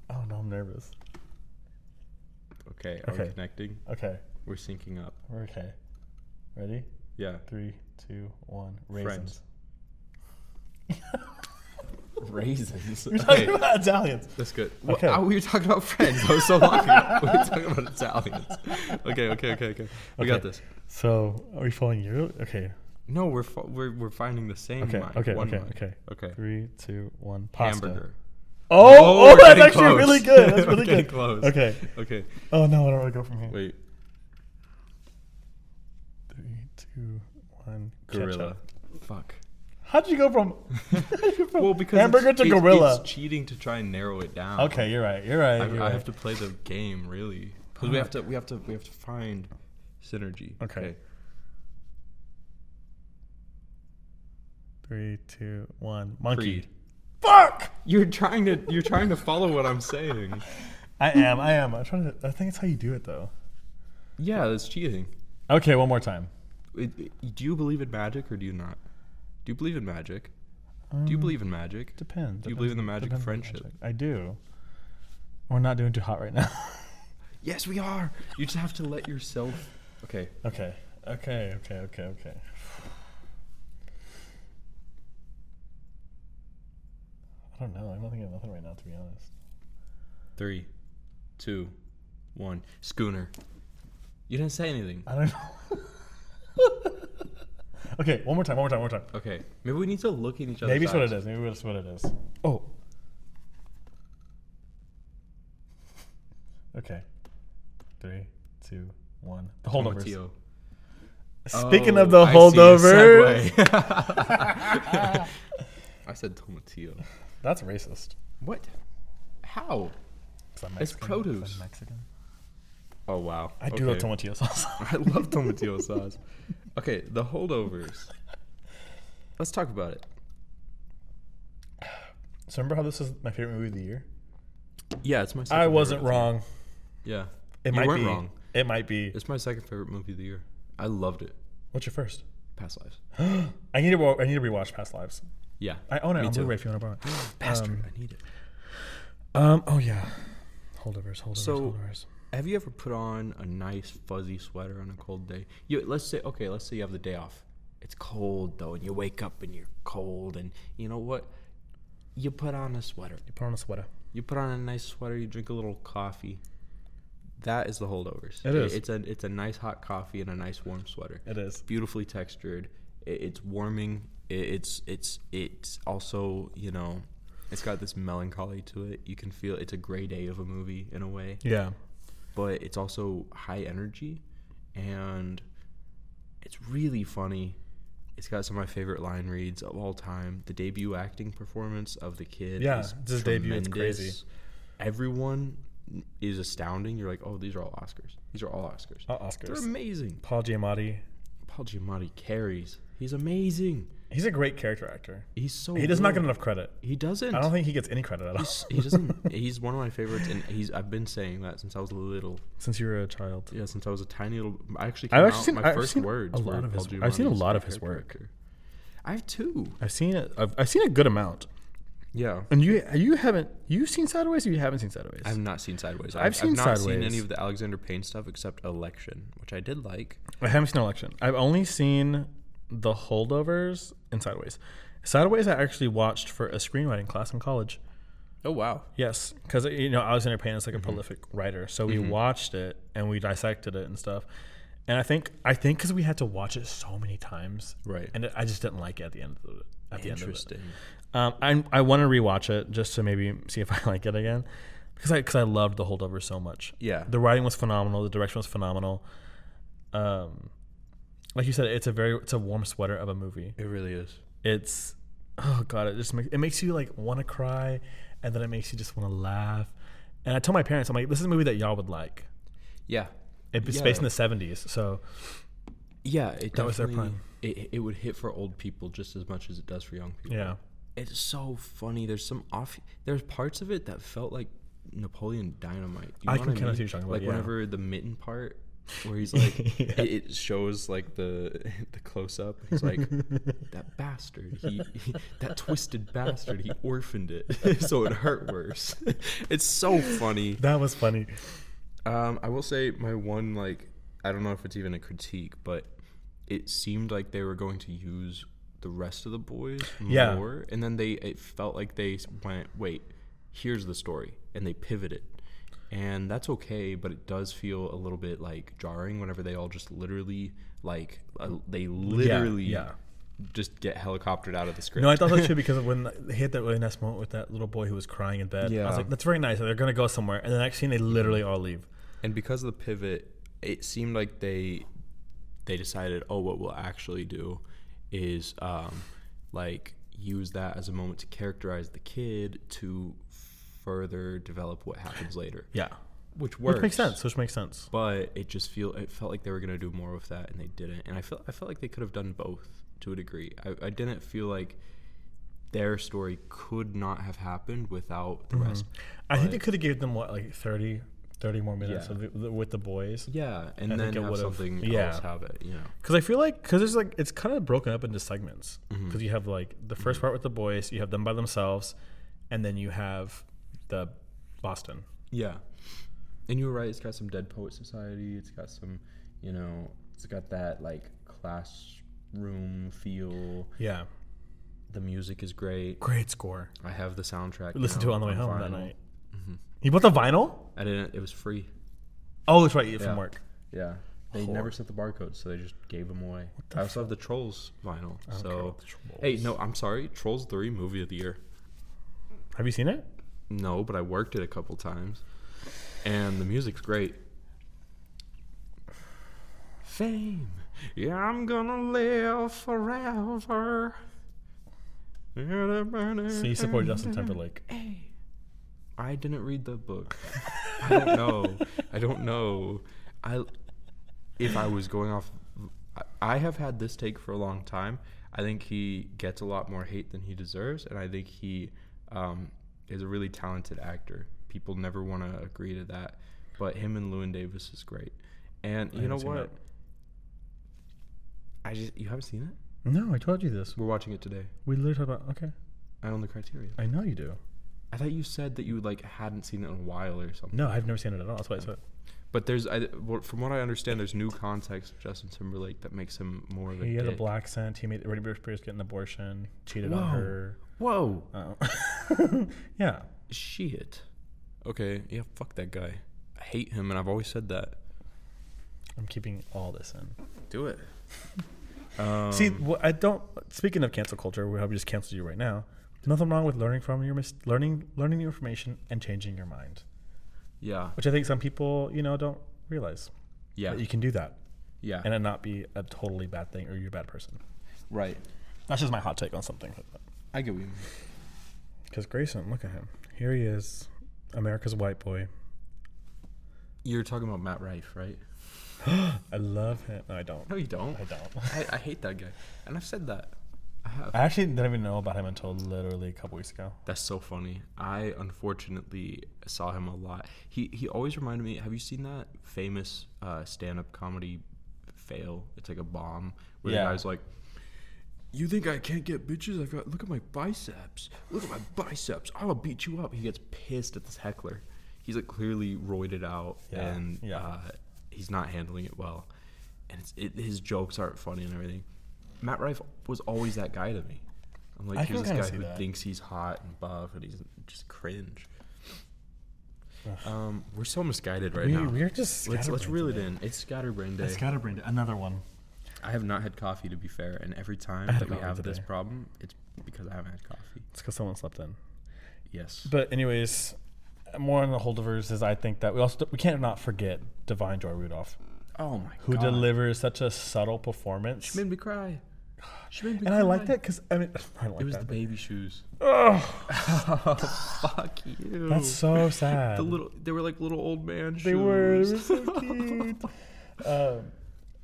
A: Oh no, I'm nervous.
B: Okay. Are we
A: Okay.
B: connecting?
A: Okay.
B: We're syncing up.
A: Okay. Ready?
B: Yeah.
A: Three, two, one.
B: Friends.
A: Raisins.
B: Raisins.
A: We're talking
B: Okay,
A: about Italians.
B: that's good.
A: Okay.
B: Well, uh, we were talking about friends. I was so lucky. we were talking about Italians. Okay, okay, okay, okay. We got
A: Okay.
B: this.
A: So, are we following you? Okay.
B: No, we're fo- we're we're finding the same
A: Okay.
B: line.
A: Okay.
B: one
A: Okay.
B: line.
A: Okay.
B: Okay.
A: Three, two, one. Pasta.
B: Hamburger.
A: Oh, oh,
B: we're
A: that's
B: getting
A: actually
B: close.
A: really good. That's
B: We're
A: really
B: getting
A: good.
B: close.
A: Okay.
B: Okay.
A: Oh no, where do I go from here?
B: Wait.
A: Three, two, one.
B: Gorilla.
A: Ketchup.
B: Fuck.
A: How'd you go from, how'd you go from
B: Well, because
A: hamburger
B: it's,
A: to
B: it's-
A: gorilla?
B: It's cheating to try and narrow it down.
A: okay, you're right. You're right.
B: I,
A: you're
B: I
A: right.
B: have to play the game really because we have to we have to we have to find synergy.
A: Okay. Three, two, one. Monkey.
B: Creed.
A: Fuck!
B: You're trying to you're trying to follow what I'm saying.
A: I am. I am. I'm trying to. I think it's how you do it though.
B: Yeah, that's cheating.
A: Okay, one more time.
B: It- it- do you believe in magic or do you not? Do you believe in magic? do you
A: Um,
B: believe in magic?
A: Depends.
B: Do you believe in the
A: depends-
B: magic of
A: depends on the
B: friendship?
A: magic. I do. We're not doing too hot right now.
B: Yes, we are. You just have to let yourself. Okay.
A: okay. Okay. Okay. Okay. Okay. I don't know. I'm not thinking of nothing right now, to be honest.
B: Three, two, one. Schooner. You didn't say anything.
A: I don't know. okay, one more time. One more time. One more time.
B: Okay. Maybe we need to look at each other.
A: Maybe it's what it is. Maybe that's what it is. Oh. Okay. Three, two, one. The holdovers.
B: Tomatillo.
A: Speaking of
B: Oh,
A: the
B: I see a
A: holdovers,
B: segue. I said tomatillo.
A: that's racist.
B: What? How?
A: 'Cause I'm
B: It's
A: Mexican, 'cause I'm
B: produce.
A: Mexican.
B: Oh wow.
A: I do love
B: Okay.
A: tomatillo sauce.
B: I love tomatillo sauce. Okay, the holdovers. Let's talk about it.
A: so remember how this is my favorite movie of the year?
B: Yeah, it's my. Second
A: I wasn't
B: favorite,
A: wrong.
B: I think. Yeah,
A: It
B: you
A: might
B: weren't
A: be.
B: wrong.
A: It might be.
B: It's my second favorite movie of the year. I loved it.
A: What's your first?
B: Past lives.
A: I need to. wa- I need to rewatch Past Lives.
B: Yeah.
A: I own it
B: Me
A: on
B: too.
A: Blu-ray if you want to borrow it.
B: Bastard. I need it.
A: Um. Oh yeah. Holdovers. Holdovers.
B: So-
A: holdovers.
B: Have you ever put on a nice fuzzy sweater on a cold day? You let's say okay, let's say you have the day off. It's cold though, and you wake up and you're cold, and you know what? You put on a sweater.
A: You put on a sweater.
B: You put on a nice sweater. You drink a little coffee. That is the holdovers.
A: It is.
B: It's a it's a nice hot coffee and a nice warm sweater.
A: It is.
B: Beautifully textured. It, it's warming. It, it's it's it's also you know, it's got this melancholy to it. You can feel it's a gray day of a movie in a way
A: Yeah.
B: but it's also high energy and it's really funny. It's got some of my favorite line reads of all time. The debut acting performance of the kid.
A: Yeah,
B: is
A: it's his debut, it's
B: tremendous.
A: crazy.
B: Everyone is astounding. You're like, oh, these are all Oscars. These are all Oscars.
A: Oh,
B: They're
A: Oscars.
B: amazing.
A: Paul Giamatti.
B: Paul Giamatti carries. He's amazing.
A: He's a great character actor.
B: He's so.
A: He does not
B: good.
A: get enough credit.
B: He doesn't.
A: I don't think he gets any credit at all.
B: He's- he doesn't. he's one of my favorites, and he's. I've been saying that since I was little.
A: Since you were a child.
B: Yeah, since I was a tiny little, I actually came
A: I've
B: I've
A: actually
B: out,
A: seen-
B: my
A: I've
B: first
A: seen
B: words
A: a
B: were
A: lot of his-
B: Paul
A: I've seen a
B: Giamatti's
A: lot of his
B: character
A: work.
B: actor. I have two.
A: I've seen it. I've, I've seen a good amount.
B: Yeah,
A: And you you haven't you've seen Sideways or you haven't seen Sideways?
B: I've not seen Sideways.
A: I've seen
B: not seen
A: Sideways.
B: any of the Alexander Payne stuff except Election, which I did like.
A: I haven't seen Election. I've only seen the holdovers and Sideways. Sideways I actually watched for a screenwriting class in college.
B: Oh wow,
A: Yes, because you know Alexander Payne is like a
B: Mm-hmm.
A: prolific writer, so we watched it and we dissected it and stuff. And I think I think because we had to watch it so many times,
B: Right.
A: And I just didn't like it at the end of the at the end of it.
B: interesting.
A: Um, I I want to rewatch it just to maybe see if I like it again because I because I loved the holdover so much.
B: Yeah.
A: the writing was phenomenal. The direction was phenomenal. Um, like you said, it's a very it's a warm sweater of a movie.
B: It really is.
A: It's oh god, it just makes it makes you like want to cry, and then it makes you just want to laugh. And I tell my parents, I'm like, this is a movie that y'all would like.
B: Yeah,
A: It was
B: Yeah.
A: based in the '70s, so
B: yeah. It
A: That was their
B: definitely- It, it would hit for old people just as much as it does for young people.
A: yeah.
B: it's so funny. There's some off. There's parts of it that felt like Napoleon Dynamite. You
A: I
B: know
A: can kinda
B: what mean?
A: see what you're talking about,
B: Like
A: yeah.
B: whenever the mitten part, where he's like, it, it shows like the the close up. He's like, that bastard. He, he- that twisted bastard. He orphaned it, so it hurt worse. it's so funny.
A: That was funny.
B: Um, I will say my one like I don't know if it's even a critique, but it seemed like they were going to use the rest of the boys
A: Yeah.
B: more, and then they it felt like they s- went, wait, here's the story, and they pivoted, and that's okay, but it does feel a little bit like jarring whenever they all just literally like uh, they literally
A: yeah.
B: just get helicoptered out of the script.
A: No, I thought that too because of when they hit that really nice moment with that little boy who was crying in bed. I
B: Yeah.
A: was like, that's very nice. They're gonna go somewhere, and the next scene they literally all leave.
B: and because of the pivot it seemed like they they decided oh what we'll actually do is um like use that as a moment to characterize the kid to further develop what happens later
A: Yeah,
B: which works
A: which makes sense. Which makes sense.
B: but it just feel it felt like they were going to do more with that and they didn't and i felt i felt like they could have done both to a degree i, I didn't feel like their story could not have happened without
A: Mm-hmm.
B: the rest
A: I think they could have given them what like 30, 30 more minutes
B: Yeah.
A: of the, the, with the boys.
B: yeah and
A: I think
B: then
A: it
B: have
A: would've-
B: something
A: yeah.
B: else have it you know
A: Because I feel like because there's like it's kind of broken up into segments. Because
B: Mm-hmm.
A: you have like the 1st part with the boys, you have them by themselves, and then you have the Boston.
B: Yeah. And you were right, it's got some Dead Poet Society, it's got some, you know, it's got that like classroom feel.
A: Yeah,
B: The music is great.
A: great score.
B: I have the soundtrack.
A: We listened
B: now
A: to it on the way home that
B: vinyl.
A: night.
B: Mm-hmm.
A: You bought the vinyl?
B: I didn't it was free.
A: Oh, that's right. you- From
B: Yeah.
A: work.
B: Yeah. They never sent the barcode, so they just gave them away. I also have the Trolls vinyl. So Hey, no, I'm sorry. Trolls 3 movie of the year.
A: Have you seen it?
B: No, but I worked it a couple times. And the music's great. Fame. Yeah, I'm gonna live forever.
A: So you support Justin Timberlake.
B: I didn't read the book. I don't know. I don't know. I if I was going off I- I have had this take for a long time. I think he gets a lot more hate than he deserves and I think he um, is a really talented actor. People never want to agree to that, but him and Lewin Davis is great. And you know
A: haven't seen
B: what?
A: it.
B: I just you haven't seen it?
A: No, I told you this.
B: We're watching it today.
A: We literally talked about. Okay,
B: I own the criteria.
A: I know you do.
B: I thought you said that you like hadn't seen it in a while or something.
A: No, I've never seen it at all. That's why I said.
B: But there's, I, wh- from what I understand, there's new context of Justin Timberlake that makes him more of a.
A: He had a
B: dick.
A: black scent. He made Britney Spears get an abortion. Cheated
B: Whoa.
A: on her.
B: Whoa,
A: Oh. yeah.
B: shit. Okay, yeah, fuck that guy. I hate him, and I've always said that.
A: I'm keeping all this in.
B: Do it. Um,
A: See, wh- I don't. Speaking of cancel culture, we have just canceled you right now. Nothing wrong with learning from your mis- learning, learning new information and changing your mind,
B: Yeah,
A: which I think some people, you know, don't realize
B: yeah,
A: that you can do that
B: yeah.
A: and it not be a totally bad thing or you're a bad person.
B: right.
A: That's just my hot take on something.
B: I get what you mean.
A: Because Grayson, look at him. Here he is, America's white boy.
B: You're talking about Matt Rife, right?
A: I love him. No, I don't.
B: No, you don't.
A: I don't.
B: I, I hate that guy, and I've said that. I have.
A: I actually didn't even know about him until literally a couple weeks ago.
B: That's so funny. I unfortunately saw him a lot. He he always reminded me. Have you seen that famous uh, stand up comedy fail? It's like a bomb where
A: Yeah.
B: the guy's like, "You think I can't get bitches? I've got look at my biceps. Look at my biceps. I'll beat you up." He gets pissed at this heckler. He's like clearly roided out
A: Yeah,
B: and
A: yeah.
B: Uh, he's not handling it well. And it's, it, his jokes aren't funny and everything. Matt Rife was always that guy to me. I'm like,
A: I
B: here's
A: can
B: this
A: kinda
B: guy
A: see
B: who
A: that.
B: thinks he's hot and buff, and he's just cringe. Um, we're so misguided right
A: we,
B: now.
A: we're just.
B: let's let's reel
A: really
B: it in. It's scatterbrain day.
A: It's gotta bring another one.
B: I have not had coffee to be fair, and every time
A: had
B: that we
A: coffee
B: have this
A: today.
B: problem, it's because I haven't had coffee.
A: It's because someone slept in.
B: Yes.
A: But anyways, more on the holdovers is I think that we also we can't not forget Divine Joy Rudolph,
B: oh my
A: who
B: god.
A: delivers such a subtle performance.
B: She made me cry. She made me
A: and
B: cry.
A: I like that because I mean I like
B: It was
A: that.
B: the baby shoes. Oh,
A: Ugh,
B: Fuck you.
A: that's so sad.
B: the little. They were like little old man shoes.
A: They were. They were so cute. um,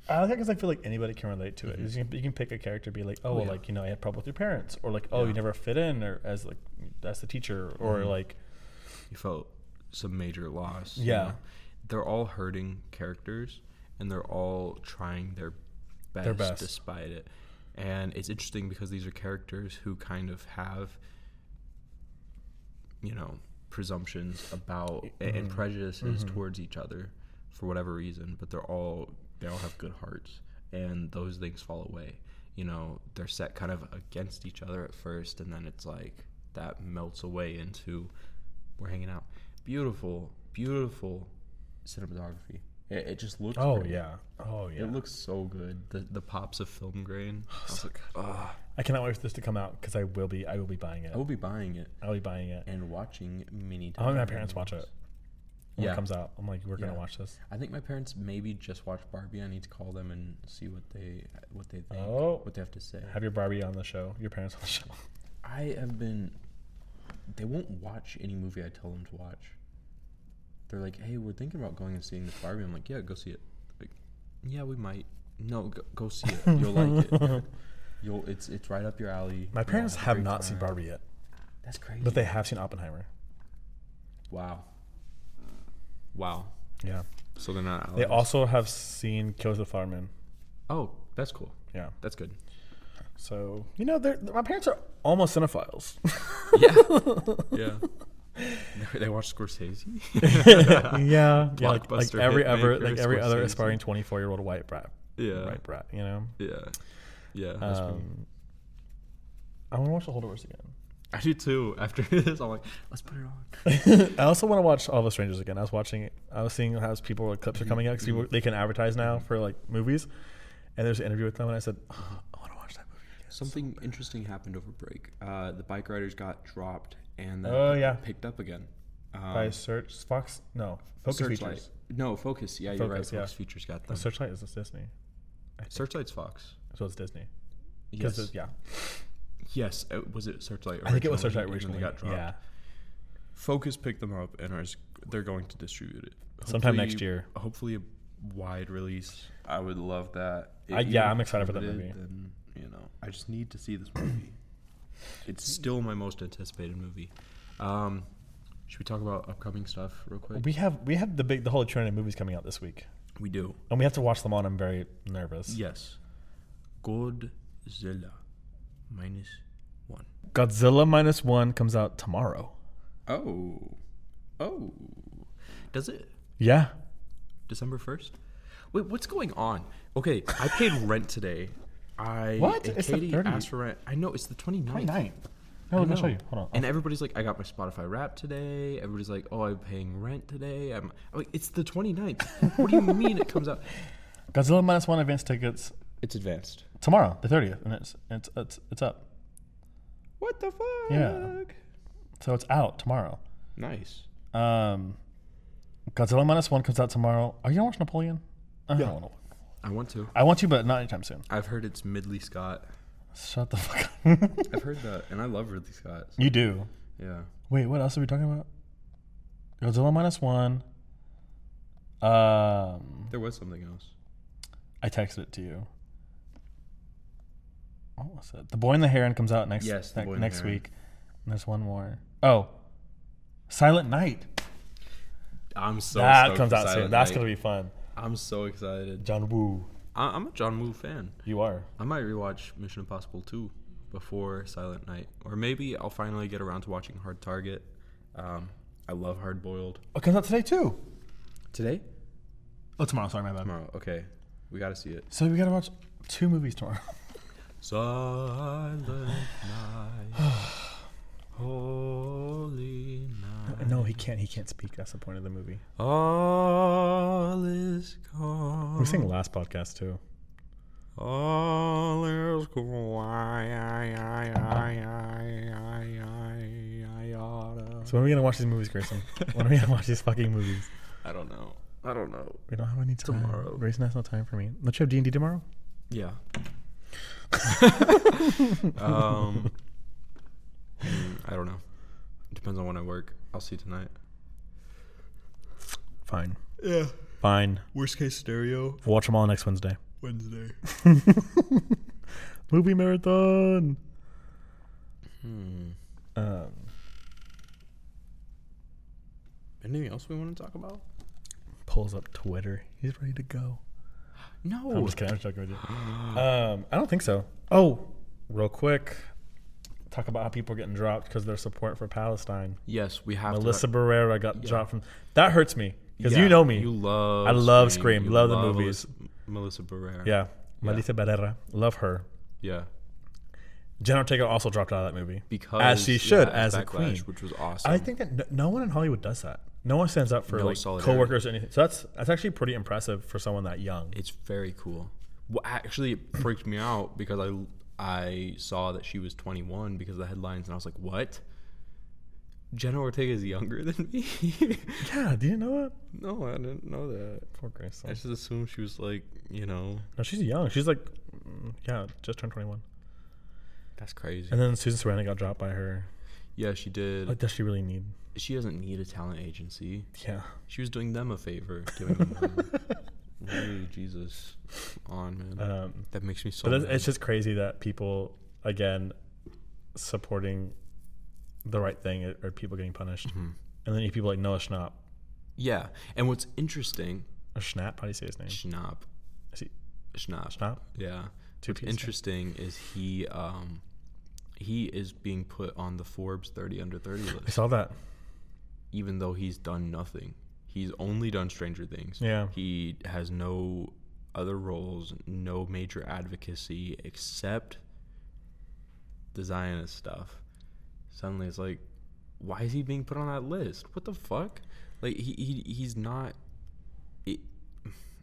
A: I like because I feel like anybody can relate to it. 'Cause You, can, you can pick a character, be like, oh, well,
B: Mm-hmm. yeah.
A: like you know, I had problems with your parents, or like, oh, you never fit in, or as like as the teacher, or
B: Mm-hmm.
A: like,
B: you felt some major loss. you
A: Yeah.
B: know? They're all hurting characters and they're all trying their best,
A: best.
B: despite it. And it's interesting because these are characters who kind of have, you know,
A: Mm-hmm.
B: presumptions about a- and prejudices towards each other for whatever reason, but they're all They all have good hearts, and those things fall away. You know, they're set kind of against each other at first, and then it's like that melts away into we're hanging out. Beautiful, beautiful cinematography. It, it just looks.
A: Oh
B: great.
A: yeah. Oh yeah. Oh,
B: It looks so good. The the pops of film grain. I was like, ah,
A: I cannot wait for this to come out because I will be I will be buying it.
B: I will be buying it
A: I'll be buying it.
B: and watching many
A: I'll
B: times.
A: have my parents watch it when
B: Yeah.
A: it comes out. I'm like, we're gonna
B: Yeah.
A: watch this.
B: I think my parents maybe just watch Barbie. I need to call them and see what they what they think,
A: Oh.
B: what they have to say.
A: Have your Barbie on the show. Your parents on the show.
B: I have been. They won't watch any movie I tell them to watch. They're like, "Hey, we're thinking about going and seeing this Barbie." I'm like, "Yeah, go see it." Like, yeah, we might. No, go, go see it. You'll like it. You'll. It's it's right up your alley.
A: My
B: You'll
A: parents
B: have a
A: have
B: great
A: not seen
B: time."
A: Barbie yet,
B: That's crazy.
A: but they have seen Oppenheimer.
B: Wow. Wow.
A: Yeah.
B: So they're not.
A: They
B: allies.
A: also have seen Kills the Flower Moon.
B: Oh, that's cool.
A: Yeah.
B: That's good.
A: So you know, they're, my parents are almost cinephiles.
B: Yeah. yeah. They- They watch Scorsese.
A: yeah, yeah, like, like
B: Blockbuster
A: every
B: hitmaker
A: other like every other
B: Scorsese.
A: aspiring 24 year old white brat,
B: Yeah.
A: white brat, you know.
B: Yeah. Yeah. That's pretty-
A: Um, I want to watch The Holdovers again.
B: I do too. After this, I'm like, let's put it on.
A: I also want to watch All the Strangers again. I was watching, it. I was seeing how people like clips are coming out because people they can advertise now for like movies, and there's an interview with them, and I said, "Oh, I want to watch that movie. Again.
B: Something interesting happened over break. Uh, the bike riders got dropped and then
A: Oh, yeah.
B: picked up again. Um,
A: By search Fox, no Focus
B: Searchlight.
A: Features.
B: No, Focus. Yeah, you're right.
A: Focus,
B: Focus
A: yeah. Oh,
B: Features got
A: The
B: them.
A: Searchlight is this Disney,
B: Searchlight's Fox.
A: so it's Disney.
B: Yes.
A: Because yeah,
B: yes. uh, was it Searchlight?
A: I think it was Searchlight
B: originally, and then
A: originally.
B: They got dropped.
A: Yeah,
B: Focus picked them up and are s- they're going to distribute it
A: Sometime next
B: Hopefully-
A: year.
B: Hopefully, a wide release. I would love that.
A: I-
B: If
A: yeah,
B: even
A: I'm excited for that
B: limited,
A: movie.
B: Then you know, I just need to see this movie. it's still my most anticipated movie. Um, should we talk about upcoming stuff real quick?
A: we have we have the big the whole Trinity movies coming out this week,
B: We do.
A: and we have to watch them all. and I'm very nervous.
B: Yes, Godzilla minus one.
A: Godzilla minus one comes out tomorrow.
B: Oh, oh, does it?
A: Yeah,
B: December 1st? Wait, what's going on? Okay, I paid rent today. I
A: What?
B: And
A: It's the
B: Katie
A: 30.
B: asked for rent. I know it's the 29th.
A: No,
B: I
A: let me
B: know.
A: show you. Hold on.
B: And everybody's like, I got my Spotify rap today. Everybody's like, oh, I'm paying rent today. I'm, I'm like, it's the 29th. what do you mean it comes out?
A: Godzilla minus one advance tickets
B: It's advanced.
A: tomorrow, the thirtieth, and it's it's it's it's up.
B: What the fuck?
A: Yeah. So it's out tomorrow.
B: Nice.
A: Um, Godzilla minus one comes out tomorrow. Are you gonna watch Napoleon? I don't wanna-
B: I want to.
A: I want you, but not anytime soon.
B: I've heard it's Midley Scott.
A: Shut the fuck up.
B: I've heard that, and I love Ridley Scott. so-
A: you do.
B: Yeah.
A: Wait, what else are we talking about? Godzilla minus one. Um,
B: There was something else.
A: I texted it to you. What was it? The Boy and the Heron comes out next
B: Yes, The
A: ne-
B: Boy and the
A: next
B: Heron.
A: week. And there's one more. Oh, Silent Night.
B: I'm so
A: that
B: stoked
A: comes
B: for
A: out soon.
B: Silent
A: That's
B: Night.
A: gonna be fun.
B: I'm so excited.
A: John Woo,
B: I- I'm a John Woo fan.
A: you are.
B: I might rewatch Mission Impossible 2 before Silent Night. Or maybe I'll finally get around to watching Hard Target. Um, I love Hard Boiled.
A: Oh, it comes out today too.
B: Today?
A: Oh, tomorrow. Sorry, my bad.
B: Tomorrow. Okay. We gotta see it.
A: So we gotta watch two movies tomorrow.
B: Silent Night. Holy Night.
A: no, he can't. He can't speak. That's the point of the movie.
B: All is gone.
A: We sang last podcast too.
B: All is gone.
A: So when are we gonna watch these movies, Grayson? when are we gonna watch these fucking movies?
B: I don't know. I don't know.
A: We don't have any time.
B: Tomorrow.
A: Grayson has no time for me. Don't you have D and D tomorrow?
B: Yeah. um, mm, I don't know. Depends on when I work. I'll see tonight.
A: Fine.
B: Yeah.
A: Fine.
B: Worst case scenario,
A: We'll watch them all next Wednesday.
B: Wednesday.
A: Movie marathon. Um,
B: Anything else we want to talk about?
A: pulls up Twitter. He's ready to go.
B: No.
A: I'm just kidding. I'm joking with you. Um, I don't think so. Oh, real quick, talk about how people are getting dropped because their support for Palestine.
B: yes, we have
A: Melissa
B: To,
A: Barrera got dropped from. That hurts me because
B: Yeah,
A: you know me.
B: You love.
A: I love
B: Scream.
A: Scream,
B: You
A: love the movies.
B: Melissa- Melissa Barrera.
A: Yeah. Melissa Barrera. Love her.
B: Yeah.
A: Jen Ortega also dropped out of that movie.
B: Because
A: As she
B: yeah,
A: should, as a
B: Backlash,
A: queen.
B: which was awesome.
A: I think that no, no one in Hollywood does that. No one stands up for
B: No
A: like
B: solidarity.
A: coworkers or anything. So that's that's actually pretty impressive for someone that young.
B: it's very cool. Well, actually, it freaked me out because I I saw that she was 21 because of the headlines, and I was like, what? Jenna Ortega is younger than me.
A: Yeah, do you know that?
B: no, I didn't know that.
A: Poor Grace.
B: I just assumed she was like, you know,
A: No, she's young. She's like, mm, yeah, just turned 21.
B: that's crazy.
A: And then Susan Sarandon got dropped by her.
B: Yeah, she did.
A: What does she really need?
B: she doesn't need a talent agency.
A: Yeah.
B: She was doing them a favor, giving them money. Really, Jesus, Come on man,
A: Um,
B: that makes me so.
A: but it's,
B: mad.
A: it's just crazy that people, again, supporting the right thing are- are people getting punished.
B: Mm-hmm.
A: And then you have people like Noah Schnapp.
B: yeah, and what's interesting,
A: Or Schnapp, how do you say his name?
B: Schnapp,
A: Is he
B: Schnapp,
A: Schnapp?
B: yeah.
A: Two
B: What's
A: Ps, yeah.
B: interesting is he um, he is being put on the Forbes 30 under 30
A: I
B: list,
A: saw that.
B: even though he's done nothing. He's only done Stranger Things.
A: Yeah.
B: He has no other roles, no major advocacy except the Zionist stuff. Suddenly it's like, why is he being put on that list? What the fuck? Like he, he he's not. It,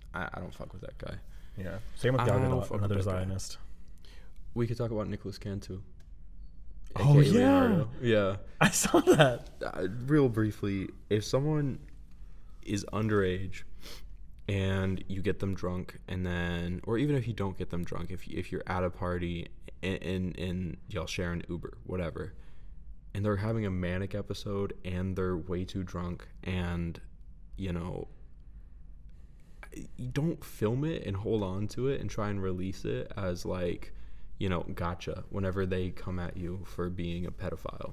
B: I, I don't fuck with that guy.
A: Yeah. Same with
B: I
A: Gal
B: don't
A: Gadot,
B: fuck with
A: another
B: that guy.
A: Zionist.
B: We could talk about Nicholas Cantu.
A: Oh,
B: AKA
A: yeah.
B: Leonardo. yeah.
A: I saw that.
B: uh, real briefly, if someone is underage and you get them drunk, and then, or even if you don't get them drunk, if you, if you're at a party and, and and y'all share an Uber, whatever, and they're having a manic episode and they're way too drunk, and you know. You don't film it and hold on to it and try and release it as like, you know, gotcha. Whenever they come at you for being a pedophile,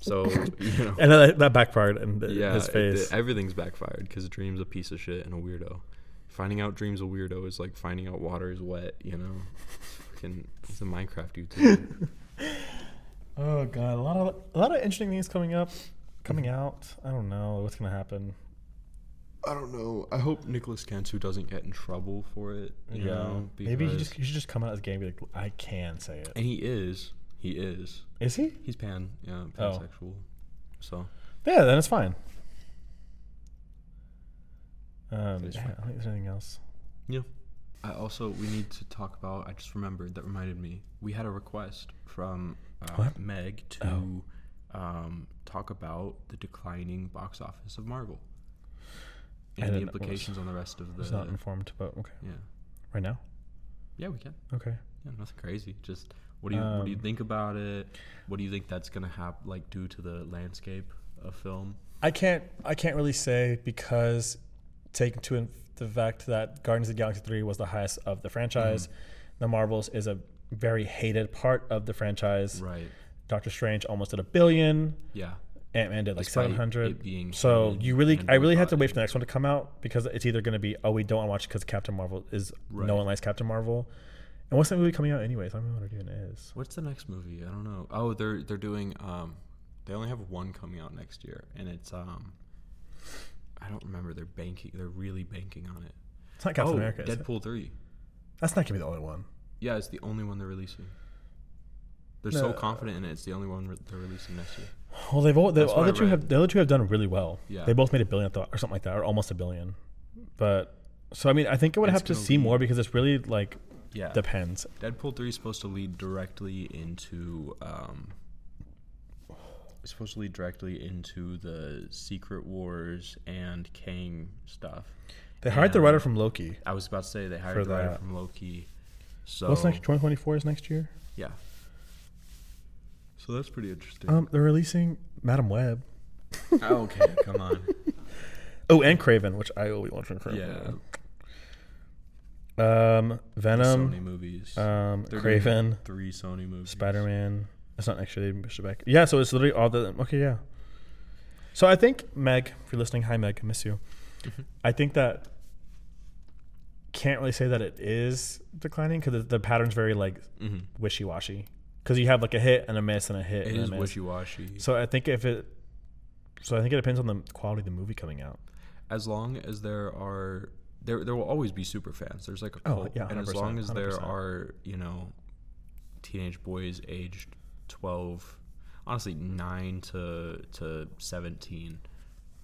B: so you know,
A: And that, that backfired in the-
B: yeah,
A: his
B: it-
A: face.
B: everything's backfired because Dream's a piece of shit and a weirdo. Finding out Dream's a weirdo is like finding out water is wet, you know? Fucking, he's a Minecraft YouTuber.
A: Oh god, a lot of a lot of interesting things coming up, coming out. I don't know what's gonna happen.
B: I don't know. I hope Nicholas Cantu doesn't get in trouble for it. You Know,
A: maybe he
B: because-
A: just he should just come out as gay and be like, I can say it.
B: And he is. He is.
A: Is he?
B: He's pan, yeah,
A: Oh.
B: pansexual. So,
A: Yeah, then it's fine. Um,
B: It's
A: yeah, I
B: fine.
A: don't think there's anything else.
B: yeah. I also, we need to talk about, I just remembered, that reminded me, we had a request from uh,
A: What? Oh.
B: Meg to um, talk about the declining box office of Marvel.
A: I
B: and the
A: didn't- was-
B: implications on the rest of
A: I was not
B: the
A: informed, but okay.
B: yeah
A: Right now,
B: yeah we can
A: okay.
B: yeah nothing crazy just what do you what do you
A: Um,
B: think about it what do you think that's gonna happen like do to the landscape of film
A: I can't I can't really say because taking to in- the fact that Guardians of the Galaxy 3 was the highest of the
B: Mm-hmm.
A: franchise, the Marvels is a very hated part of the franchise.
B: right
A: Doctor Strange almost did a billion.
B: yeah
A: Ant Man did like
B: Despite
A: seven
B: it
A: hundred.
B: being
A: So
B: hated
A: you really,
B: and
A: I really have to
B: boycotted.
A: wait for the next one to come out because it's either going to be oh we don't want to watch because Captain Marvel is
B: Right.
A: no one likes Captain Marvel, and what's that movie coming out anyways? I don't know what it even is.
B: what's the next movie i don't know oh they're they're doing um they only have one coming out next year and it's um i don't remember they're banking they're really banking on it
A: It's not Captain
B: oh
A: America. Is it?
B: deadpool 3
A: That's not gonna be the only one.
B: yeah it's the only one they're releasing they're so
A: No. uh,
B: confident in it it's the only one re- they're releasing next year
A: Well, they've all the
B: That's what
A: other
B: I
A: two
B: read.
A: have the other two have done really well.
B: Yeah.
A: they both made a billion I thought, or something like that, or almost a billion. But so I mean, I think I would
B: It's
A: have to
B: gonna
A: see
B: be-
A: more because it's really like
B: yeah
A: depends.
B: Deadpool three is supposed to lead directly into um, it's supposed to lead directly into the Secret Wars and Kang stuff.
A: They hired the writer from Loki.
B: I was about to say they
A: For
B: hired the writer
A: that.
B: from Loki. So
A: What's next? Twenty twenty four is next year.
B: yeah. So that's pretty interesting.
A: Um, they're releasing Madam Web.
B: Oh, okay, come on.
A: Oh, and Craven, which I always want from
B: Yeah,
A: Craven. Yeah. Um,
B: Sony
A: Venom,
B: movies.
A: um,
B: They're doing
A: Craven,
B: three Sony movies.
A: Spider Man. That's not actually they pushed it back. Yeah, so it's literally all the okay, yeah. So I think Meg, if you're listening, hi Meg, I miss you. I think that can't really say that it is declining because the, the pattern's very like
B: Mhm.
A: wishy washy. Because you have like a hit and a miss and a hit
B: It
A: and
B: is
A: a miss.
B: wishy washy.
A: So I think if it, so I think it depends on the quality of the movie coming out.
B: as long as there are there there will always be super fans. There's like a
A: Oh,
B: cult,
A: yeah,
B: and as
A: 100%,
B: long as there
A: 100%.
B: are you know teenage boys aged twelve, honestly nine to to seventeen,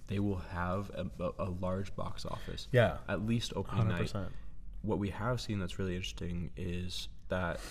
B: they will have a, a, a large box office.
A: Yeah.
B: at least opening
A: Hundred
B: night.
A: percent.
B: What we have seen that's really interesting is that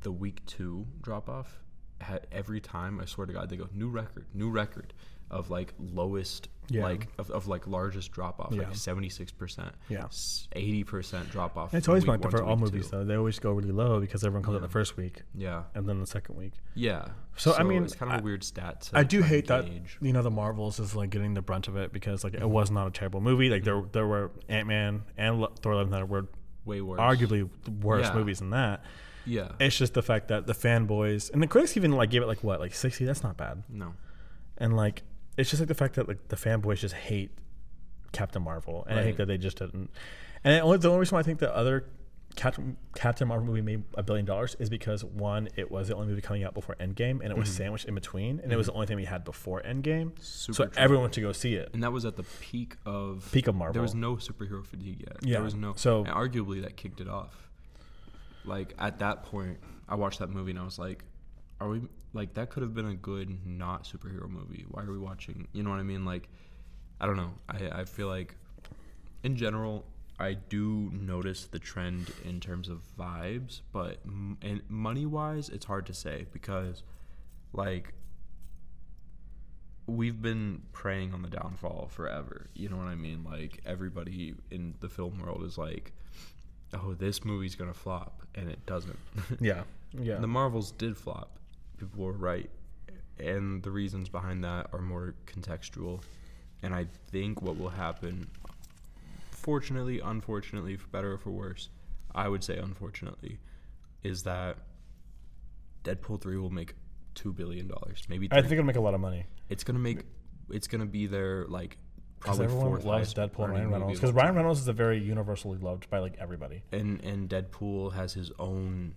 B: the week two drop off. Had every time, I swear to God, they go new record, new record of like lowest,
A: Yeah.
B: like of, of like largest drop off,
A: Yeah.
B: like seventy six percent
A: Yeah.
B: eighty percent drop off.
A: It's
B: from
A: always
B: week
A: been like that
B: one to
A: for all
B: week
A: movies
B: two.
A: though. They always go really low because everyone comes out
B: Yeah.
A: the first week
B: Yeah,
A: and then the second week.
B: yeah.
A: So, I mean,
B: it's kind of a
A: I-
B: weird stat. To
A: I do
B: try and
A: hate that
B: gauge. Mm-hmm.
A: you know the Marvels is like getting the brunt of it because like it was not a terrible movie. Like there there were Ant Man and Lo- Thor: Love and Thunder were
B: Way worse.
A: arguably the worse
B: Yeah.
A: movies than that.
B: Yeah.
A: It's just the fact that the fanboys and the critics even like gave it like what like sixty. That's not bad.
B: no.
A: And like it's just like the fact that like the fanboys just hate Captain Marvel, and I think
B: Right.
A: that they just didn't. And the only, the only reason why I think the other Captain Captain Marvel movie made a billion dollars is because one, it was the only movie coming out before Endgame, and it
B: Mm-hmm.
A: was sandwiched in between, and it was the only thing we had before Endgame. so
B: Super true.
A: everyone went to go see it.
B: And that was at the peak of
A: Peak of
B: There
A: Marvel.
B: was no superhero fatigue yet.
A: Yeah,
B: There was no.
A: so-
B: and arguably that kicked it off. Like at that point, I watched that movie and I was like, "Are we like that? Could have been a good not superhero movie. Why are we watching? You know what I mean? Like, I don't know. I I feel like, in general, I do notice the trend in terms of vibes, but m- and money wise, it's hard to say because, like, we've been preying on the downfall forever. You know what I mean? Like everybody in the film world is like, "Oh, this movie's gonna flop," and it doesn't.
A: yeah, yeah,
B: the Marvels did flop. People were right, and the reasons behind that are more contextual. And I think what will happen, fortunately, unfortunately, for better or for worse, I would say unfortunately, is that Deadpool three will make two billion dollars, maybe.
A: I
B: Three
A: think it'll make a lot of money
B: it's gonna make. It's gonna be their like
A: because
B: probably
A: everyone
B: fourth
A: loves
B: highest
A: Deadpool and
B: earning
A: Ryan Reynolds
B: movie
A: because
B: of all
A: Ryan Reynolds is a very universally loved by like everybody.
B: time. and and Deadpool has his own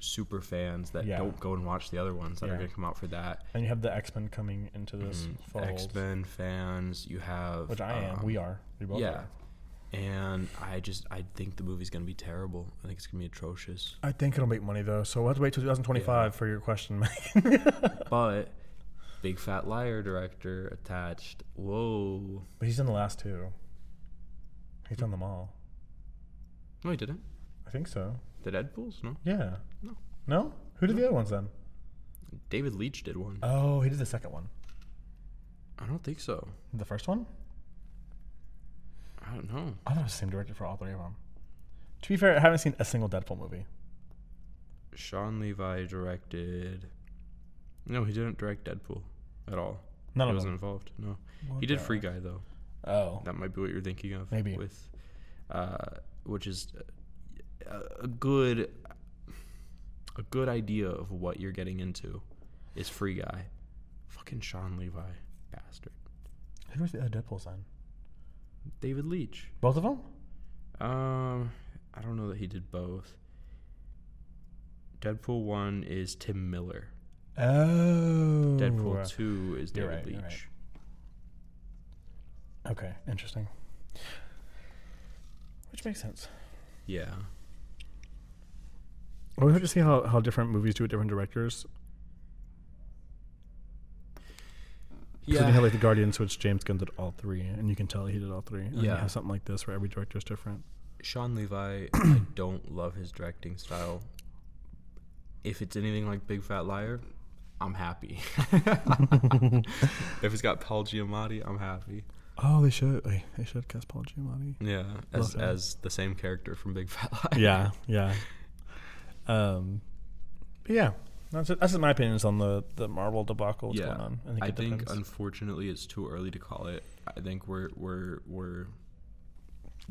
B: super fans that
A: Yeah.
B: don't go and watch the other ones that are
A: Yeah.
B: gonna come out for that.
A: And you have the X Men coming into this fold,
B: X Men fans, you have
A: which I am.
B: Mm-hmm. um,
A: we are. We both
B: yeah.
A: are.
B: And I just I think the movie's gonna be terrible. I think it's gonna be atrocious.
A: I think it'll make money though, so we'll have to wait till 2025 for your question, Mike.
B: But big fat liar director attached. Whoa.
A: But he's in the last two. He's done them all.
B: No, he didn't.
A: I think so.
B: The Deadpool's no.
A: Yeah.
B: No.
A: No? Who did the other ones then?
B: David Leitch did one.
A: Oh, he did the second one.
B: I don't think so.
A: The first one?
B: I don't know.
A: I thought it was the same director for all three of them. To be fair, I haven't seen a single Deadpool movie.
B: Sean Levi directed. No, he didn't direct Deadpool at all.
A: None
B: he
A: of
B: wasn't
A: them.
B: involved. No, he did Free Guy though.
A: Oh.
B: That might be what you're thinking of.
A: Maybe.
B: with, uh, which is a, a good, a good idea of what you're getting into, is Free Guy. Fucking Sean Levi, bastard.
A: Oh. Who was the other Deadpool then?
B: David Leitch.
A: Both of them?
B: Um, I don't know that he did both. Deadpool one is Tim Miller.
A: Oh.
B: Deadpool 2 is
A: uh, You're
B: David
A: right,
B: Leitch.
A: you're right. Okay, interesting. Which makes sense.
B: Yeah.
A: Well, we have to see how, how different movies do with different directors. Yeah. So
B: Yeah.
A: you have like the Guardians, which James Gunn did all three, and you can tell he did all three. And yeah.
B: Yeah.
A: You have something like this where every director is different.
B: Sean Levi, I don't love his directing style. If it's anything like Big Fat Liar, I'm happy. if it's got Paul Giamatti, I'm happy.
A: Oh, they should. Wait, they should cast Paul Giamatti.
B: Yeah, as,
A: Love him.
B: as the same character from Big Fat Liar.
A: yeah, yeah. Um, but yeah, that's it. that's just my opinions on the the Marvel debacle that's
B: Yeah.
A: going on.
B: I
A: it
B: think
A: depends.
B: unfortunately it's too early to call it. I think we're we're we're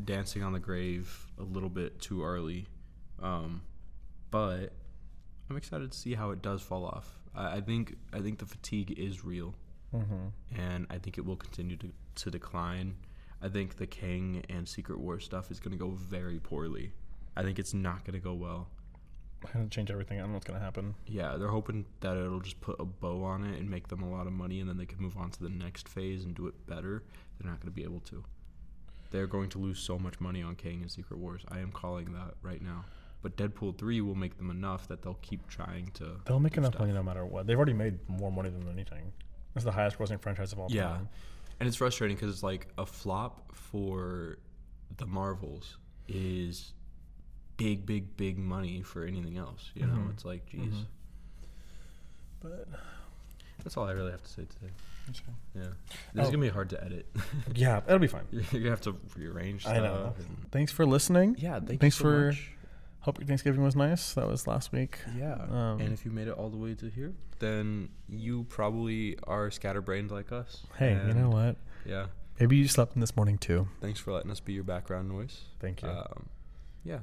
B: dancing on the grave a little bit too early, um, but I'm excited to see how it does fall off. I, I think I think the fatigue is real,
A: Mm-hmm.
B: and I think it will continue to to decline. I think the King and Secret War stuff is going to go very poorly. I think it's not going to go well.
A: I'm gonna change everything. I don't know what's gonna happen.
B: Yeah, they're hoping that it'll just put a bow on it and make them a lot of money, and then they can move on to the next phase and do it better. They're not going to be able to. They're going to lose so much money on Kang and Secret Wars. I am calling that right now. But Deadpool 3 will make them enough that they'll keep trying to.
A: They'll make
B: do
A: enough
B: stuff.
A: money no matter what. They've already made more money than anything. It's the highest grossing franchise of all
B: Yeah.
A: time.
B: And it's frustrating because it's like a flop for the Marvels is big, big, big money for anything else. You know,
A: Mm-hmm.
B: it's like, geez.
A: But
B: That's all I really have to say today. Yeah. This is
A: Oh.
B: going to be hard to edit.
A: yeah, it'll be fine.
B: You're going to have to rearrange stuff.
A: I know.
B: and-
A: Thanks for listening.
B: Yeah. Thank
A: Thanks
B: you so
A: for-
B: much.
A: Hope your Thanksgiving was nice. That was last week.
B: Yeah.
A: Um,
B: and if you made it all the way to here, then you probably are scatterbrained like us.
A: Hey, you
B: And,
A: know what?
B: Yeah.
A: Maybe you slept in this morning too.
B: Thanks for letting us be your background noise.
A: Thank you.
B: Um, yeah.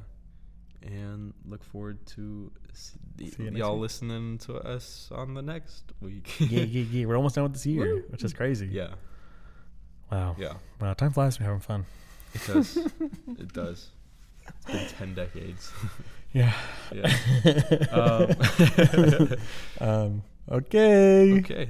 B: And look forward to s- y-
A: See you next
B: y'all
A: week.
B: listening to us on the next week.
A: yeah, yeah, yeah. We're almost done with this year,
B: Woo.
A: which is crazy.
B: yeah.
A: Wow.
B: Yeah.
A: Wow. Time flies. We're having fun.
B: It does. it does. It's been 10 decades.
A: Yeah.
B: yeah. Um,
A: Um, okay.
B: okay.